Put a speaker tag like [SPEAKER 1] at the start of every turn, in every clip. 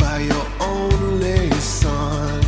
[SPEAKER 1] by your only son.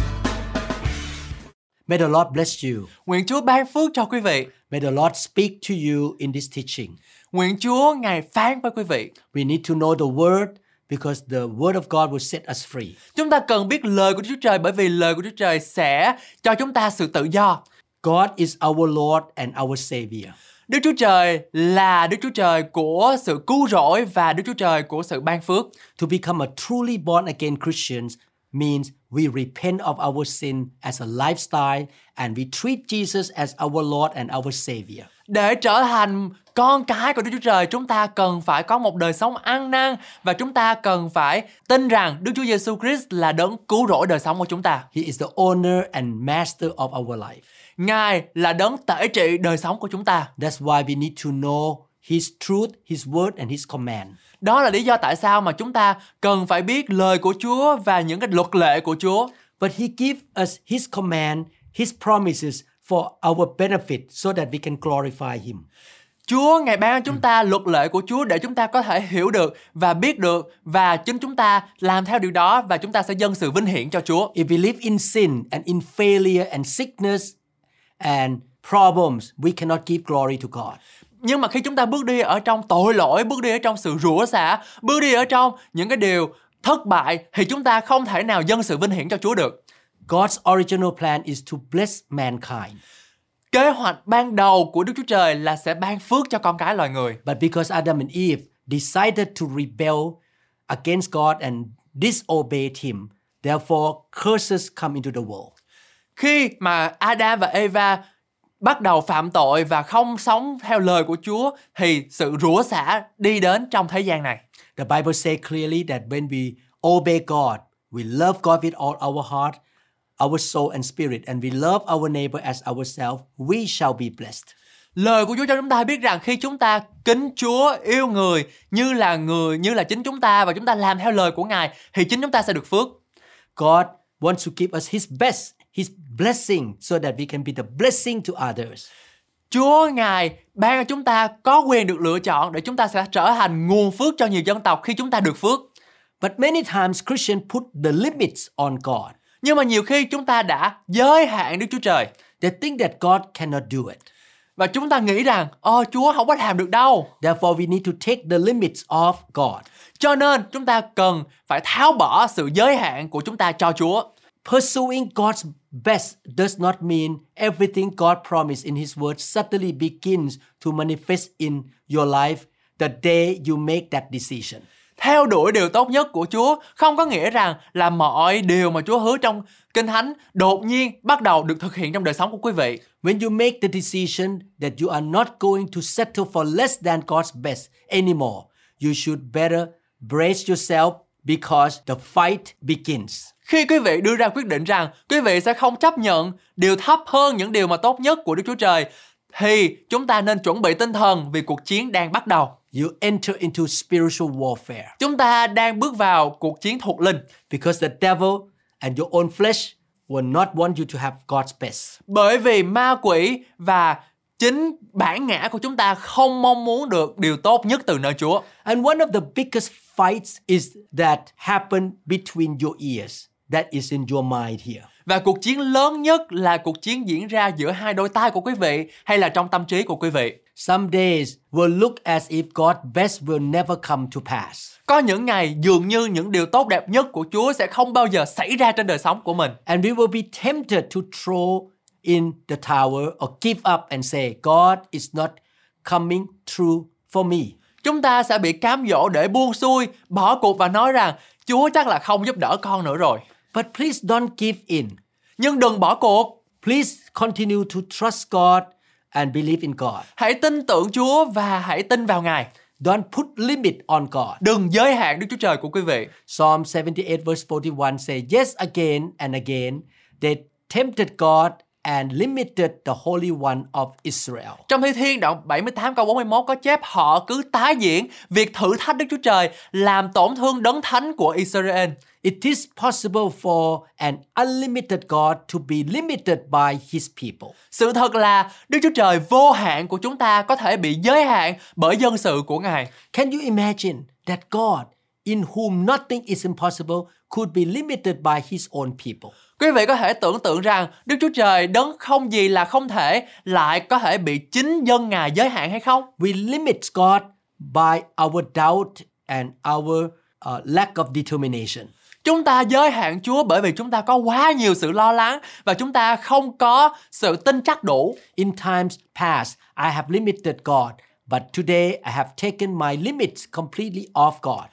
[SPEAKER 2] May the Lord bless you.
[SPEAKER 3] Nguyện Chúa ban phước cho quý vị.
[SPEAKER 2] May the Lord speak to you in this teaching.
[SPEAKER 3] Nguyện Chúa Ngài phán với quý vị.
[SPEAKER 2] We need to know the word because the word of God will set us free.
[SPEAKER 3] Chúng ta cần biết lời của Đức Chúa Trời bởi vì lời của Đức Chúa Trời sẽ cho chúng ta sự tự do.
[SPEAKER 2] God is our Lord and our Savior.
[SPEAKER 3] Đức Chúa Trời là Đức Chúa Trời của sự cứu rỗi và Đức Chúa Trời của sự ban phước.
[SPEAKER 2] To become a truly born again Christian means we repent of our sin as a lifestyle and we treat Jesus as our Lord and our Savior.
[SPEAKER 3] Để trở thành con cái của Đức Chúa Trời, chúng ta cần phải có một đời sống ăn năn và chúng ta cần phải tin rằng Đức Chúa Giêsu Christ là đấng cứu rỗi đời sống của chúng ta.
[SPEAKER 2] He is the owner and master of our life.
[SPEAKER 3] Ngài là đấng tể trị đời sống của chúng ta.
[SPEAKER 2] That's why we need to know His truth, His word, and His command.
[SPEAKER 3] Đó là lý do tại sao mà chúng ta cần phải biết lời của Chúa và những cái luật lệ của Chúa.
[SPEAKER 2] But He gives us His command, His promises for our benefit so that we can glorify Him.
[SPEAKER 3] Chúa ngày ban cho chúng ta luật lệ của Chúa để chúng ta có thể hiểu được và biết được và chính chúng ta làm theo điều đó và chúng ta sẽ dâng sự vinh hiển cho Chúa.
[SPEAKER 2] If we live in sin and in failure and sickness and problems, we cannot give glory to God.
[SPEAKER 3] Nhưng mà khi chúng ta bước đi ở trong tội lỗi, bước đi ở trong sự rủa xả, bước đi ở trong những cái điều thất bại thì chúng ta không thể nào dâng sự vinh hiển cho Chúa được.
[SPEAKER 2] God's original plan is to bless mankind.
[SPEAKER 3] Kế hoạch ban đầu của Đức Chúa Trời là sẽ ban phước cho con cái loài người.
[SPEAKER 2] But because Adam and Eve decided to rebel against God and disobeyed Him, therefore curses come into the world.
[SPEAKER 3] khi mà Adam và Eva bắt đầu phạm tội và không sống theo lời của Chúa thì sự rủa xả đi đến trong thế gian này.
[SPEAKER 2] The Bible says clearly that when we obey God, we love God with all our heart, our soul, and spirit, and we love our neighbor as ourselves, we shall be blessed.
[SPEAKER 3] Lời của Chúa cho chúng ta biết rằng khi chúng ta kính Chúa, yêu người như là người như là chính chúng ta và chúng ta làm theo lời của Ngài thì chính chúng ta sẽ được phước.
[SPEAKER 2] God wants to give us His best, His blessing, so that we can be the blessing to others.
[SPEAKER 3] Chúa Ngài ban cho chúng ta có quyền được lựa chọn để chúng ta sẽ trở thành nguồn phước cho nhiều dân tộc khi chúng ta được phước.
[SPEAKER 2] But many times Christians put the limits on God.
[SPEAKER 3] Nhưng mà nhiều khi chúng ta đã giới hạn Đức Chúa Trời
[SPEAKER 2] They think that God cannot do it.
[SPEAKER 3] và chúng ta nghĩ rằng ô Chúa không có làm được đâu.
[SPEAKER 2] Therefore, we need to take the limits off God.
[SPEAKER 3] Cho nên chúng ta cần phải tháo bỏ sự giới hạn của chúng ta cho Chúa.
[SPEAKER 2] Pursuing God's best does not mean everything God promised in His Word suddenly begins to manifest in your life the day you make that decision.
[SPEAKER 3] Theo đuổi điều tốt nhất của Chúa không có nghĩa rằng là mọi điều mà Chúa hứa trong Kinh Thánh đột nhiên bắt đầu được thực hiện trong đời sống của quý vị.
[SPEAKER 2] When you make the decision that you are not going to settle for less than God's best anymore, you should better brace yourself because the fight begins.
[SPEAKER 3] Khi quý vị đưa ra quyết định rằng quý vị sẽ không chấp nhận điều thấp hơn những điều mà tốt nhất của Đức Chúa Trời thì chúng ta nên chuẩn bị tinh thần vì cuộc chiến đang bắt đầu.
[SPEAKER 2] You enter into spiritual warfare
[SPEAKER 3] Chúng ta đang bước vào cuộc chiến thuộc linh
[SPEAKER 2] because the devil and your own flesh will not want you to have God's best.
[SPEAKER 3] bởi vì ma quỷ và chính bản ngã của chúng ta không mong muốn được điều tốt nhất từ nơi Chúa.
[SPEAKER 2] And one of the biggest fights is that happen between your ears. That is in your mind here.
[SPEAKER 3] Và cuộc chiến lớn nhất là cuộc chiến diễn ra giữa hai đôi tai của quý vị hay là trong tâm trí của quý vị.
[SPEAKER 2] Some days will look as if God's best will never come to pass.
[SPEAKER 3] Có những ngày dường như những điều tốt đẹp nhất của Chúa sẽ không bao giờ xảy ra trên đời sống của mình.
[SPEAKER 2] And we will be tempted to throw in the tower or give up and say, God is not coming through for me.
[SPEAKER 3] Chúng ta sẽ bị cám dỗ để buông xuôi, bỏ cuộc và nói rằng Chúa chắc là không giúp đỡ con nữa rồi.
[SPEAKER 2] But please don't give in.
[SPEAKER 3] Nhưng đừng bỏ cuộc,
[SPEAKER 2] Please continue to trust God and believe in God.
[SPEAKER 3] hãy tin tưởng Chúa và hãy tin vào Ngài.
[SPEAKER 2] Don't put limit on God.
[SPEAKER 3] Đừng giới hạn Đức Chúa Trời của quý vị.
[SPEAKER 2] Psalm 78 verse 41 say, Yes, again and again, they tempted God and limited the Holy One of Israel.
[SPEAKER 3] Trong Thi Thiên đoạn 78 câu 41 có chép họ cứ tái diễn việc thử thách Đức Chúa Trời làm tổn thương đấng thánh của Israel.
[SPEAKER 2] It is possible for an unlimited God to be limited by his people.
[SPEAKER 3] Sự thật là Đức Chúa Trời vô hạn của chúng ta có thể bị giới hạn bởi dân sự của Ngài.
[SPEAKER 2] Can you imagine that God, in whom nothing is impossible, could be limited by his own people?
[SPEAKER 3] Quý vị có thể tưởng tượng rằng Đức Chúa Trời đấng không gì là không thể lại có thể bị chính dân Ngài giới hạn hay không?
[SPEAKER 2] We limit God by our doubt and our uh, lack of determination.
[SPEAKER 3] Chúng ta giới hạn Chúa bởi vì chúng ta có quá nhiều sự lo lắng và chúng ta không có sự tin chắc đủ.
[SPEAKER 2] In times past, I have limited God, but today I have taken my limits completely off God.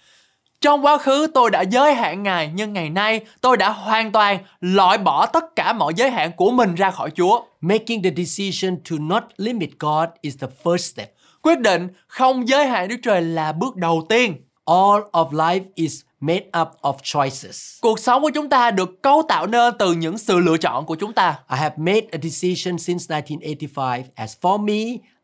[SPEAKER 3] Trong quá khứ tôi đã giới hạn Ngài nhưng ngày nay tôi đã hoàn toàn loại bỏ tất cả mọi giới hạn của mình ra khỏi Chúa.
[SPEAKER 2] Making the decision to not limit God is the first step.
[SPEAKER 3] Quyết định không giới hạn Đức Trời là bước đầu tiên.
[SPEAKER 2] All of life is made up of choices.
[SPEAKER 3] Cuộc sống của chúng ta được cấu tạo nên từ những sự lựa chọn của chúng ta.
[SPEAKER 2] I have made a decision since 1985. As for me,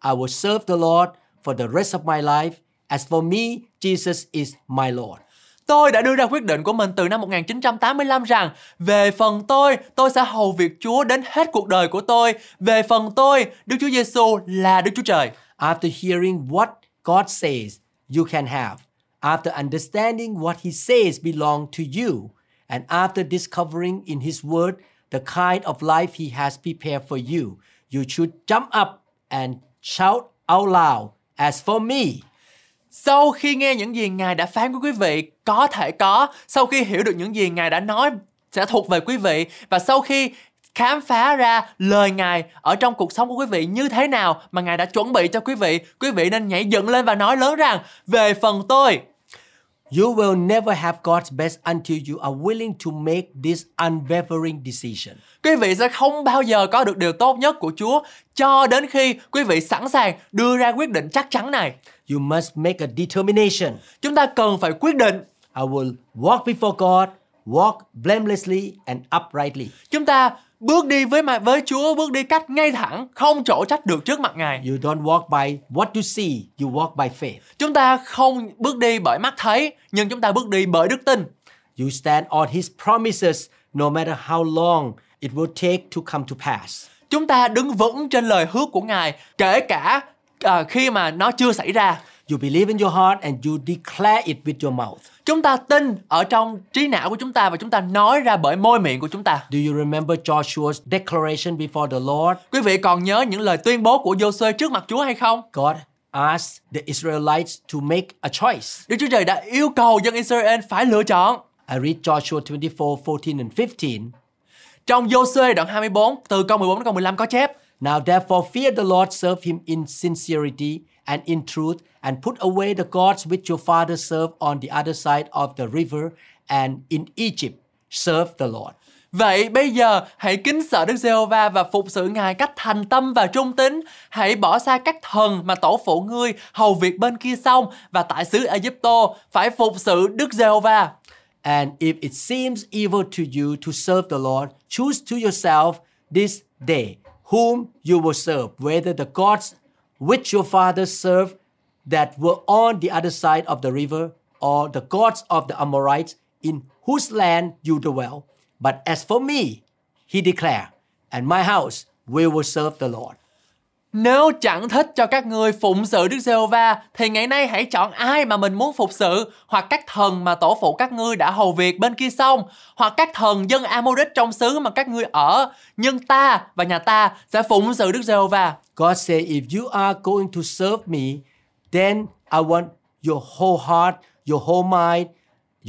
[SPEAKER 2] I will serve the Lord for the rest of my life. As for me, Jesus is my Lord.
[SPEAKER 3] Tôi đã đưa ra quyết định của mình từ năm 1985 rằng về phần tôi, tôi sẽ hầu việc Chúa đến hết cuộc đời của tôi. Về phần tôi, Đức Chúa Giêsu là Đức Chúa Trời.
[SPEAKER 2] After hearing what God says you can have, after understanding what He says belong to you, and after discovering in His Word the kind of life He has prepared for you, you should jump up and shout out loud, As for me,
[SPEAKER 3] Sau khi nghe những gì Ngài đã phán của quý vị có thể có, sau khi hiểu được những gì Ngài đã nói sẽ thuộc về quý vị và sau khi khám phá ra lời Ngài ở trong cuộc sống của quý vị như thế nào mà Ngài đã chuẩn bị cho quý vị, quý vị nên nhảy dựng lên và nói lớn rằng về phần tôi,
[SPEAKER 2] you will never have God's best until you are willing to make this unwavering decision.
[SPEAKER 3] quý vị sẽ không bao giờ có được điều tốt nhất của Chúa cho đến khi quý vị sẵn sàng đưa ra quyết định chắc chắn này.
[SPEAKER 2] You must make a determination.
[SPEAKER 3] Chúng ta cần phải quyết định
[SPEAKER 2] I will walk before God, walk blamelessly and uprightly.
[SPEAKER 3] chúng ta bước đi với mặt với Chúa bước đi cách ngay thẳng không trổ trách được trước mặt Ngài
[SPEAKER 2] You don't walk by what you see, you walk by faith.
[SPEAKER 3] chúng ta không bước đi bởi mắt thấy nhưng chúng ta bước đi bởi đức tin
[SPEAKER 2] You stand on His promises no matter how long it will take to come to pass.
[SPEAKER 3] chúng ta đứng vững trên lời hứa của Ngài kể cả à, khi mà nó chưa xảy ra
[SPEAKER 2] You believe in your heart and you declare it with your mouth.
[SPEAKER 3] chúng ta tin ở trong trí não của chúng ta và chúng ta nói ra bởi môi miệng của chúng ta
[SPEAKER 2] Do you remember Joshua's declaration before the Lord?
[SPEAKER 3] quý vị còn nhớ những lời tuyên bố của Joshua trước mặt Chúa hay không
[SPEAKER 2] God asked the Israelites to make a choice.
[SPEAKER 3] Đức Chúa Trời đã yêu cầu dân Israel phải lựa chọn
[SPEAKER 2] I read Joshua 24 14 and 15.
[SPEAKER 3] trong Joshua đoạn 24 từ câu 14 đến câu 15 có chép
[SPEAKER 2] Now therefore fear the Lord, serve him in sincerity and in truth, and put away the gods which your fathers served on the other side of the river and in Egypt. Serve the Lord.
[SPEAKER 3] Vậy bây giờ hãy kính sợ Đức Giê-hô-va và phục sự Ngài cách thành tâm và trung tín. Hãy bỏ xa các thần mà tổ phụ ngươi hầu việc bên kia sông và tại xứ Egypto phải phục sự Đức Giê-hô-va.
[SPEAKER 2] And if it seems evil to you to serve the Lord, choose to yourself this day whom you will serve, whether the gods which your fathers served that were on the other side of the river, or the gods of the Amorites in whose land you dwell. But as for me, he declared, and my house, we will serve the Lord.
[SPEAKER 3] Nếu chẳng thích cho các ngươi phụng sự Đức Giê-hô-va thì ngày nay hãy chọn ai mà mình muốn phục sự hoặc các thần mà tổ phụ các ngươi đã hầu việc bên kia sông hoặc các thần dân Amorit trong xứ mà các ngươi ở nhưng ta và nhà ta sẽ phụng sự Đức Giê-hô-va.
[SPEAKER 2] God said, if you are going to serve me, then I want your whole heart, your whole mind,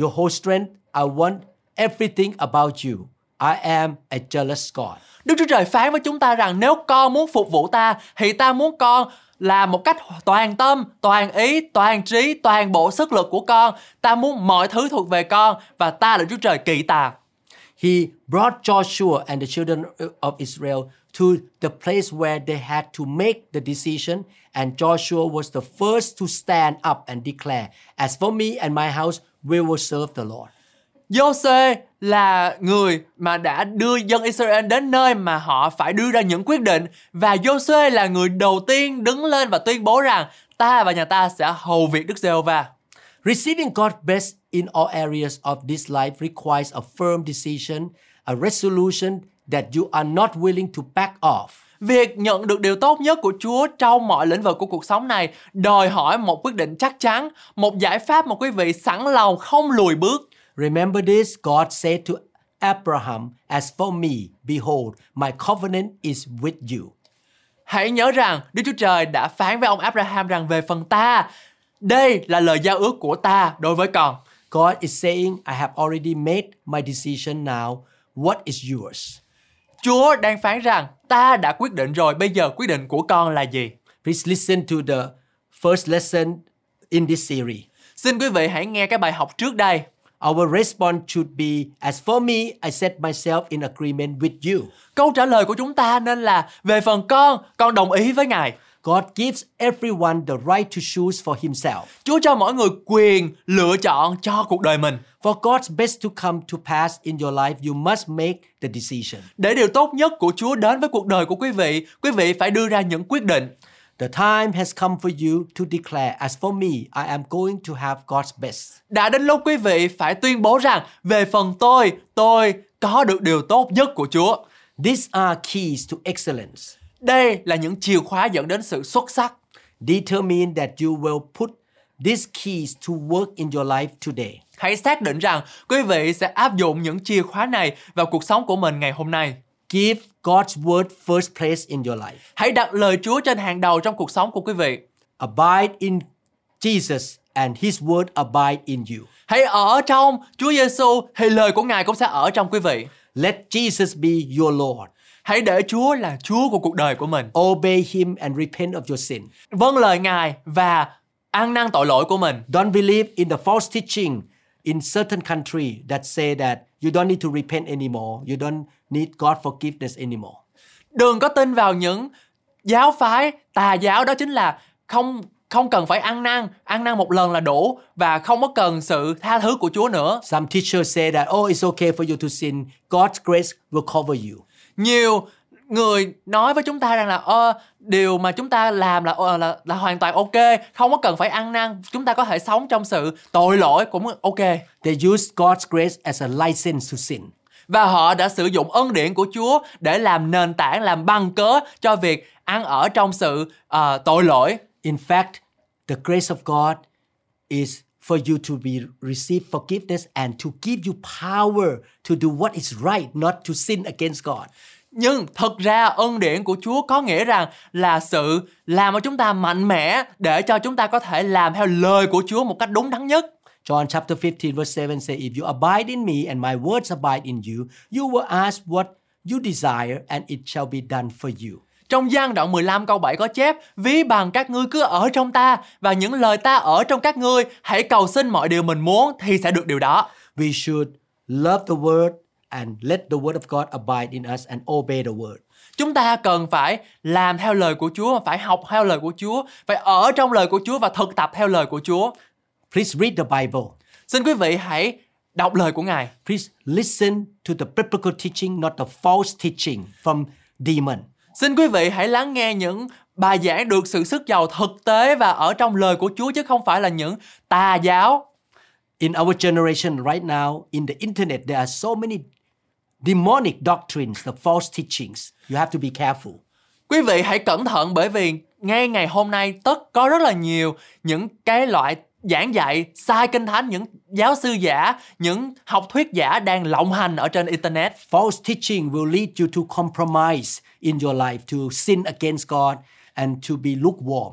[SPEAKER 2] your whole strength. I want everything about you. I am a jealous God.
[SPEAKER 3] Đức Chúa Trời phán với chúng ta rằng nếu con muốn phục vụ ta thì ta muốn con làm một cách toàn tâm, toàn ý, toàn trí, toàn bộ sức lực của con. Ta muốn mọi thứ thuộc về con và ta là Chúa Trời kỳ tà.
[SPEAKER 2] He brought Joshua and the children of Israel to the place where they had to make the decision, and Joshua was the first to stand up and declare, As for me and my house, we will serve the Lord.
[SPEAKER 3] Giô-xê là người mà đã đưa dân Israel đến nơi mà họ phải đưa ra những quyết định và Giô-xê là người đầu tiên đứng lên và tuyên bố rằng ta và nhà ta sẽ hầu việc Đức Giê-hô-va.
[SPEAKER 2] Receiving God's best in all areas of this life requires a firm decision, a resolution that you are not willing to back off.
[SPEAKER 3] Việc nhận được điều tốt nhất của Chúa trong mọi lĩnh vực của cuộc sống này đòi hỏi một quyết định chắc chắn, một giải pháp mà quý vị sẵn lòng không lùi bước.
[SPEAKER 2] Remember this God said to Abraham, As for me, behold, my covenant is with you.
[SPEAKER 3] Hãy nhớ rằng Đức Chúa Trời đã phán với ông Abraham rằng về phần ta, đây là lời giao ước của ta đối với con.
[SPEAKER 2] God is saying, I have already made my decision now. What is yours?
[SPEAKER 3] Chúa đang phán rằng ta đã quyết định rồi, bây giờ quyết định của con là gì?
[SPEAKER 2] Please listen to the first lesson in this series.
[SPEAKER 3] Xin quý vị hãy nghe cái bài học trước đây.
[SPEAKER 2] Our response should be As for me, I set myself in agreement with you.
[SPEAKER 3] Câu trả lời của chúng ta nên là về phần con, con đồng ý với Ngài.
[SPEAKER 2] God gives everyone the right to choose for himself.
[SPEAKER 3] Chúa cho mỗi người quyền lựa chọn cho cuộc đời mình.
[SPEAKER 2] For God's best to come to pass in your life, you must make the decision.
[SPEAKER 3] Để điều tốt nhất của Chúa đến với cuộc đời của quý vị, quý vị phải đưa ra những quyết định.
[SPEAKER 2] The time has come for you to declare, As for me, I am going to have God's best.
[SPEAKER 3] Đã đến lúc quý vị phải tuyên bố rằng về phần tôi, tôi có được điều tốt nhất của Chúa.
[SPEAKER 2] These are keys to excellence.
[SPEAKER 3] Đây là những chìa khóa dẫn đến sự xuất sắc.
[SPEAKER 2] Determine that you will put these keys to work in your life today.
[SPEAKER 3] Hãy xác định rằng quý vị sẽ áp dụng những chìa khóa này vào cuộc sống của mình ngày hôm nay.
[SPEAKER 2] Give God's word first place in your life.
[SPEAKER 3] Hãy đặt lời Chúa trên hàng đầu trong cuộc sống của quý vị.
[SPEAKER 2] Abide in Jesus, and his word abide in you.
[SPEAKER 3] Hãy ở trong Chúa Giêsu thì lời của Ngài cũng sẽ ở trong quý vị.
[SPEAKER 2] Let Jesus be your Lord.
[SPEAKER 3] Hãy để Chúa là Chúa của cuộc đời của mình.
[SPEAKER 2] Obey him and repent of your sin.
[SPEAKER 3] Vâng lời Ngài và ăn năn tội lỗi của mình.
[SPEAKER 2] Don't believe in the false teaching in certain country that say that you don't need to repent anymore. You don't need God forgiveness anymore.
[SPEAKER 3] Đừng có tin vào những giáo phái tà giáo đó chính là không không cần phải ăn năn, ăn năn một lần là đủ và không có cần sự tha thứ của Chúa nữa.
[SPEAKER 2] Some teachers say that oh it's okay for you to sin. God's grace will cover you.
[SPEAKER 3] nhiều người nói với chúng ta rằng là ờ điều mà chúng ta làm là ờ, là là hoàn toàn ok không có cần phải ăn năn chúng ta có thể sống trong sự tội lỗi cũng ok
[SPEAKER 2] They use God's grace as a license to sin.
[SPEAKER 3] và họ đã sử dụng ân điển của Chúa để làm nền tảng làm bằng cớ cho việc ăn ở trong sự ờ, tội lỗi
[SPEAKER 2] In fact, the grace of God is for you to be receive forgiveness and to give you power to do what is right, not to sin against God.
[SPEAKER 3] nhưng thật ra ân điển của Chúa có nghĩa rằng là sự làm cho chúng ta mạnh mẽ để cho chúng ta có thể làm theo lời của Chúa một cách đúng đắn nhất
[SPEAKER 2] John chapter 15 verse 7 says, If you abide in me and my words abide in you, you will ask what you desire and it shall be done for you.
[SPEAKER 3] Trong gian đoạn 15 câu 7 có chép Ví bằng các ngươi cứ ở trong ta Và những lời ta ở trong các ngươi Hãy cầu xin mọi điều mình muốn Thì sẽ được điều đó
[SPEAKER 2] We should love the word and let the word of God abide in us and obey the word.
[SPEAKER 3] Chúng ta cần phải làm theo lời của Chúa Phải học theo lời của Chúa Phải ở trong lời của Chúa Và thực tập theo lời của Chúa
[SPEAKER 2] Please read the Bible.
[SPEAKER 3] Xin quý vị hãy đọc lời của Ngài
[SPEAKER 2] Please listen to the biblical teaching, not the false teaching from demon.
[SPEAKER 3] Xin quý vị hãy lắng nghe những bài giảng được sự sức giàu thực tế Và ở trong lời của Chúa Chứ không phải là những tà giáo
[SPEAKER 2] In our generation right now, in the internet, there are so many demonic doctrines, the false teachings. You have to be careful.
[SPEAKER 3] Quý vị hãy cẩn thận bởi vì ngay ngày hôm nay tất có rất là nhiều những cái loại giảng dạy sai kinh thánh, những giáo sư giả, những học thuyết giả đang lộng hành ở trên Internet.
[SPEAKER 2] False teaching will lead you to compromise in your life, to sin against God, and to be lukewarm.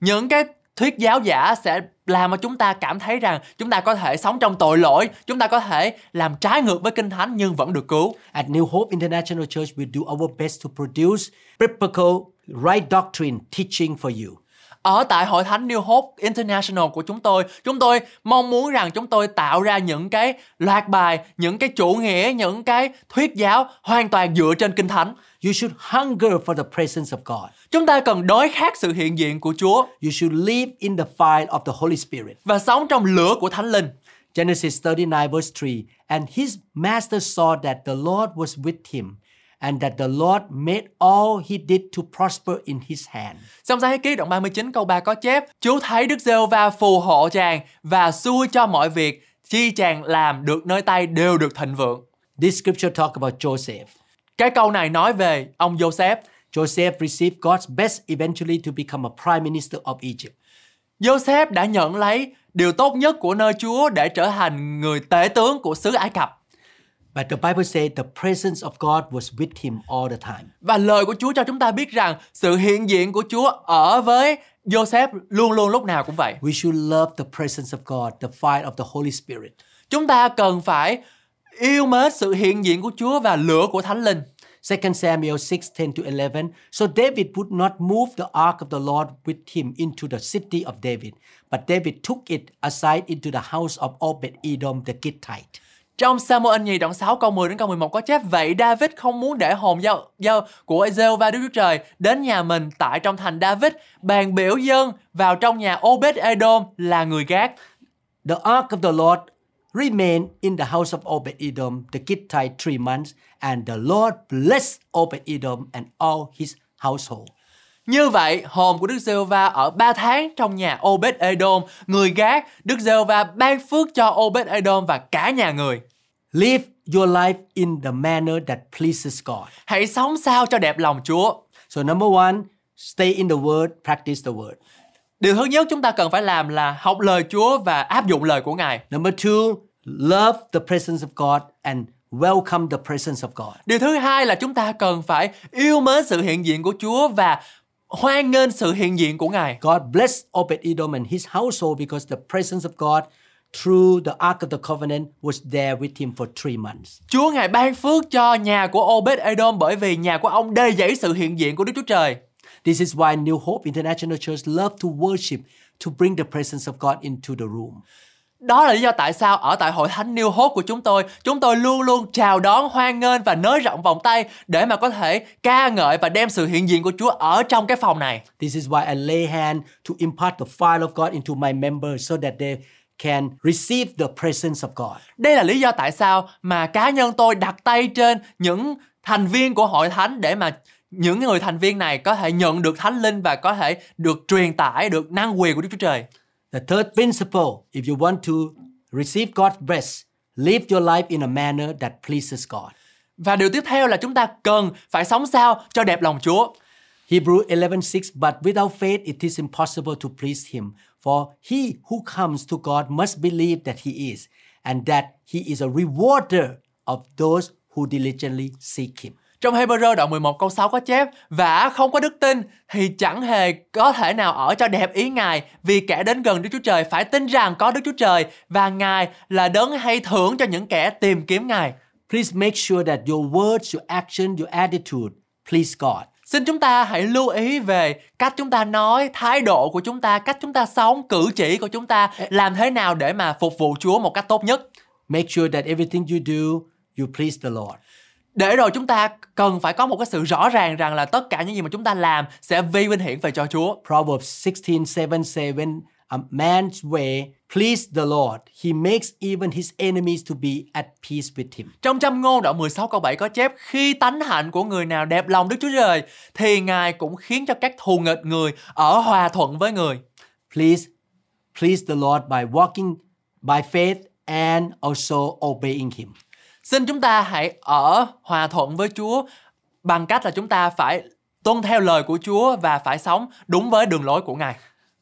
[SPEAKER 3] Những cái thuyết giáo giả sẽ làm cho chúng ta cảm thấy rằng chúng ta có thể sống trong tội lỗi, chúng ta có thể làm trái ngược với kinh thánh nhưng vẫn được cứu.
[SPEAKER 2] At New Hope International Church, we do our best to produce biblical, right doctrine teaching for you.
[SPEAKER 3] Ở tại hội thánh New Hope International của chúng tôi, chúng tôi mong muốn rằng chúng tôi tạo ra những cái loạt bài, những cái chủ nghĩa, những cái thuyết giáo hoàn toàn dựa trên kinh thánh.
[SPEAKER 2] You should hunger for the presence of God.
[SPEAKER 3] Chúng ta cần đối khác sự hiện diện của Chúa
[SPEAKER 2] You should live in the fire of the Holy Spirit.
[SPEAKER 3] và sống trong lửa của Thánh Linh.
[SPEAKER 2] Genesis 39, verse 3. And his master saw that the Lord was with him, and that the Lord made all he did to prosper in his hand.
[SPEAKER 3] Trong sáng ký đoạn 39 câu 3 có chép Chúa thấy Đức giê va phù hộ chàng và xua cho mọi việc chi chàng làm được nơi tay đều được thịnh vượng.
[SPEAKER 2] This scripture talk about Joseph.
[SPEAKER 3] Cái câu này nói về ông Joseph.
[SPEAKER 2] Joseph received God's best eventually to become a prime minister of Egypt.
[SPEAKER 3] Joseph đã nhận lấy điều tốt nhất của nơi Chúa để trở thành người tể tướng của xứ Ai Cập.
[SPEAKER 2] But the Bible says the presence of God was with him all the time.
[SPEAKER 3] Và lời của Chúa cho chúng ta biết rằng sự hiện diện của Chúa ở với Joseph luôn luôn lúc nào cũng vậy.
[SPEAKER 2] We should love the presence of God, the fire of the Holy Spirit.
[SPEAKER 3] Chúng ta cần phải yêu mến sự hiện diện của Chúa và lửa của Thánh Linh.
[SPEAKER 2] 2 Samuel 6 10 to 11. So David would not move the ark of the Lord with him into the city of David, but David took it aside into the house of Obed Edom the Gittite.
[SPEAKER 3] Trong Samuel nhì đoạn 6 câu 10 đến câu 11 có chép Vậy David không muốn để hồn giao, giao của Israel và Đức Chúa Trời đến nhà mình tại trong thành David bàn biểu dân vào trong nhà Obed Edom là người gác.
[SPEAKER 2] The ark of the Lord remained in the house of Obed Edom the Gittite three months, and the Lord blessed Obed Edom and all his household.
[SPEAKER 3] Như vậy, hồn của Đức giê va ở 3 tháng trong nhà Obed Edom, người gác, Đức giê va ban phước cho Obed Edom và cả nhà người.
[SPEAKER 2] Live your life in the manner that pleases God.
[SPEAKER 3] Hãy sống sao cho đẹp lòng Chúa.
[SPEAKER 2] So, number one, stay in the word, practice the word.
[SPEAKER 3] Điều thứ nhất chúng ta cần phải làm là học lời Chúa và áp dụng lời của Ngài.
[SPEAKER 2] Number two, love the presence of God and welcome the presence of God.
[SPEAKER 3] Điều thứ hai là chúng ta cần phải yêu mến sự hiện diện của Chúa và hoan nghênh sự hiện diện của Ngài.
[SPEAKER 2] God blessed Obed Edom and his household because the presence of God through the Ark of the Covenant was there with him for three months.
[SPEAKER 3] Chúa Ngài ban phước cho nhà của Obed Edom bởi vì nhà của ông đầy dẫy sự hiện diện của Đức Chúa Trời.
[SPEAKER 2] This is why New Hope International Church love to worship to bring the presence of God into the room.
[SPEAKER 3] Đó là lý do tại sao ở tại hội thánh New Hope của chúng tôi, chúng tôi luôn luôn chào đón, hoan nghênh và nới rộng vòng tay để mà có thể ca ngợi và đem sự hiện diện của Chúa ở trong cái phòng này.
[SPEAKER 2] This is why I lay hand to impart the fire of God into my members so that they can receive the presence of God.
[SPEAKER 3] Đây là lý do tại sao mà cá nhân tôi đặt tay trên những thành viên của hội thánh để mà những người thành viên này có thể nhận được thánh linh và có thể được truyền tải được năng quyền của Đức Chúa Trời.
[SPEAKER 2] The third principle, if you want to receive God's best, live your life in a manner that pleases God.
[SPEAKER 3] Và điều tiếp theo là chúng ta cần phải sống sao cho đẹp lòng Chúa.
[SPEAKER 2] Hebrew 11:6 But without faith it is impossible to please him for he who comes to God must believe that he is and that he is a rewarder of those who diligently seek him.
[SPEAKER 3] Trong Hebrew đoạn 11 câu 6 có chép Và không có đức tin thì chẳng hề có thể nào ở cho đẹp ý Ngài Vì kẻ đến gần Đức Chúa Trời phải tin rằng có Đức Chúa Trời Và Ngài là đấng hay thưởng cho những kẻ tìm kiếm Ngài
[SPEAKER 2] Please make sure that your words, your action, your attitude please God.
[SPEAKER 3] Xin chúng ta hãy lưu ý về cách chúng ta nói, thái độ của chúng ta, cách chúng ta sống, cử chỉ của chúng ta Làm thế nào để mà phục vụ Chúa một cách tốt nhất
[SPEAKER 2] Make sure that everything you do you please the Lord.
[SPEAKER 3] để rồi chúng ta cần phải có một cái sự rõ ràng rằng là tất cả những gì mà chúng ta làm sẽ vi vinh hiển về cho Chúa.
[SPEAKER 2] Proverbs 16:7 say when a man's way please the Lord, he makes even his enemies to be at peace with him.
[SPEAKER 3] Trong trăm ngôn đoạn 16 câu 7 có chép khi tánh hạnh của người nào đẹp lòng Đức Chúa Trời thì Ngài cũng khiến cho các thù nghịch người ở hòa thuận với người.
[SPEAKER 2] please please the Lord by walking by faith and also obeying him.
[SPEAKER 3] Xin chúng ta hãy ở hòa thuận với Chúa bằng cách là chúng ta phải tuân theo lời của Chúa và phải sống đúng với đường lối của Ngài.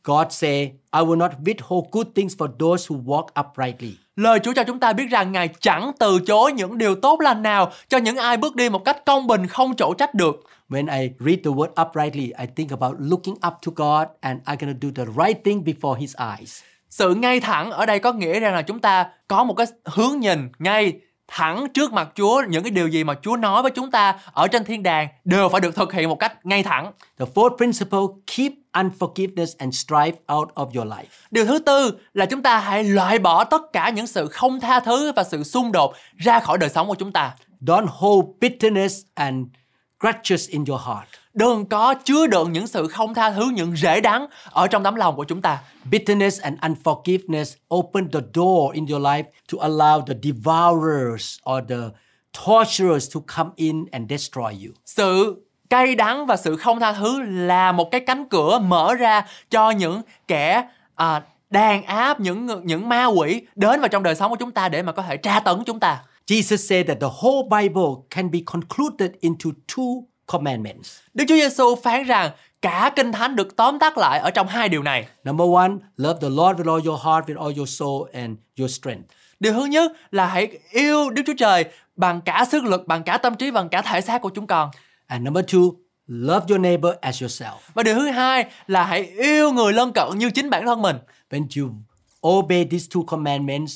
[SPEAKER 2] God say, I will not withhold good things for those who walk uprightly.
[SPEAKER 3] Lời Chúa cho chúng ta biết rằng Ngài chẳng từ chối những điều tốt lành nào cho những ai bước đi một cách công bình không chỗ trách được.
[SPEAKER 2] When I read the word uprightly, I think about looking up to God and I'm going to do the right thing before his eyes.
[SPEAKER 3] Sự ngay thẳng ở đây có nghĩa rằng là chúng ta có một cái hướng nhìn ngay thẳng trước mặt Chúa, những cái điều gì mà Chúa nói với chúng ta ở trên thiên đàng đều phải được thực hiện một cách ngay thẳng.
[SPEAKER 2] The fourth principle, keep unforgiveness and strife out of your life.
[SPEAKER 3] Điều thứ tư là chúng ta hãy loại bỏ tất cả những sự không tha thứ và sự xung đột ra khỏi đời sống của chúng ta.
[SPEAKER 2] Don't hold bitterness and grudges in your heart.
[SPEAKER 3] đừng có chứa đựng những sự không tha thứ những rễ đắng ở trong tấm lòng của chúng ta
[SPEAKER 2] Bitterness and unforgiveness open the door in your life to allow the devourers or the torturers to come in and destroy you.
[SPEAKER 3] sự cay đắng và sự không tha thứ là một cái cánh cửa mở ra cho những kẻ à, đàn áp những ngự- những ma quỷ đến vào trong đời sống của chúng ta để mà có thể tra tấn chúng ta
[SPEAKER 2] Jesus said that the whole Bible can be concluded into two commandments.
[SPEAKER 3] Đức Chúa Giêsu phán rằng cả kinh thánh được tóm tắt lại ở trong hai điều này
[SPEAKER 2] Number one, love the Lord with all your heart, with all your soul, and your strength.
[SPEAKER 3] điều thứ nhất là hãy yêu Đức Chúa Trời bằng cả sức lực bằng cả tâm trí bằng cả thể xác của chúng con
[SPEAKER 2] And number two, love your neighbor as yourself.
[SPEAKER 3] và điều thứ hai là hãy yêu người lân cận như chính bản thân mình
[SPEAKER 2] When you obey these two commandments,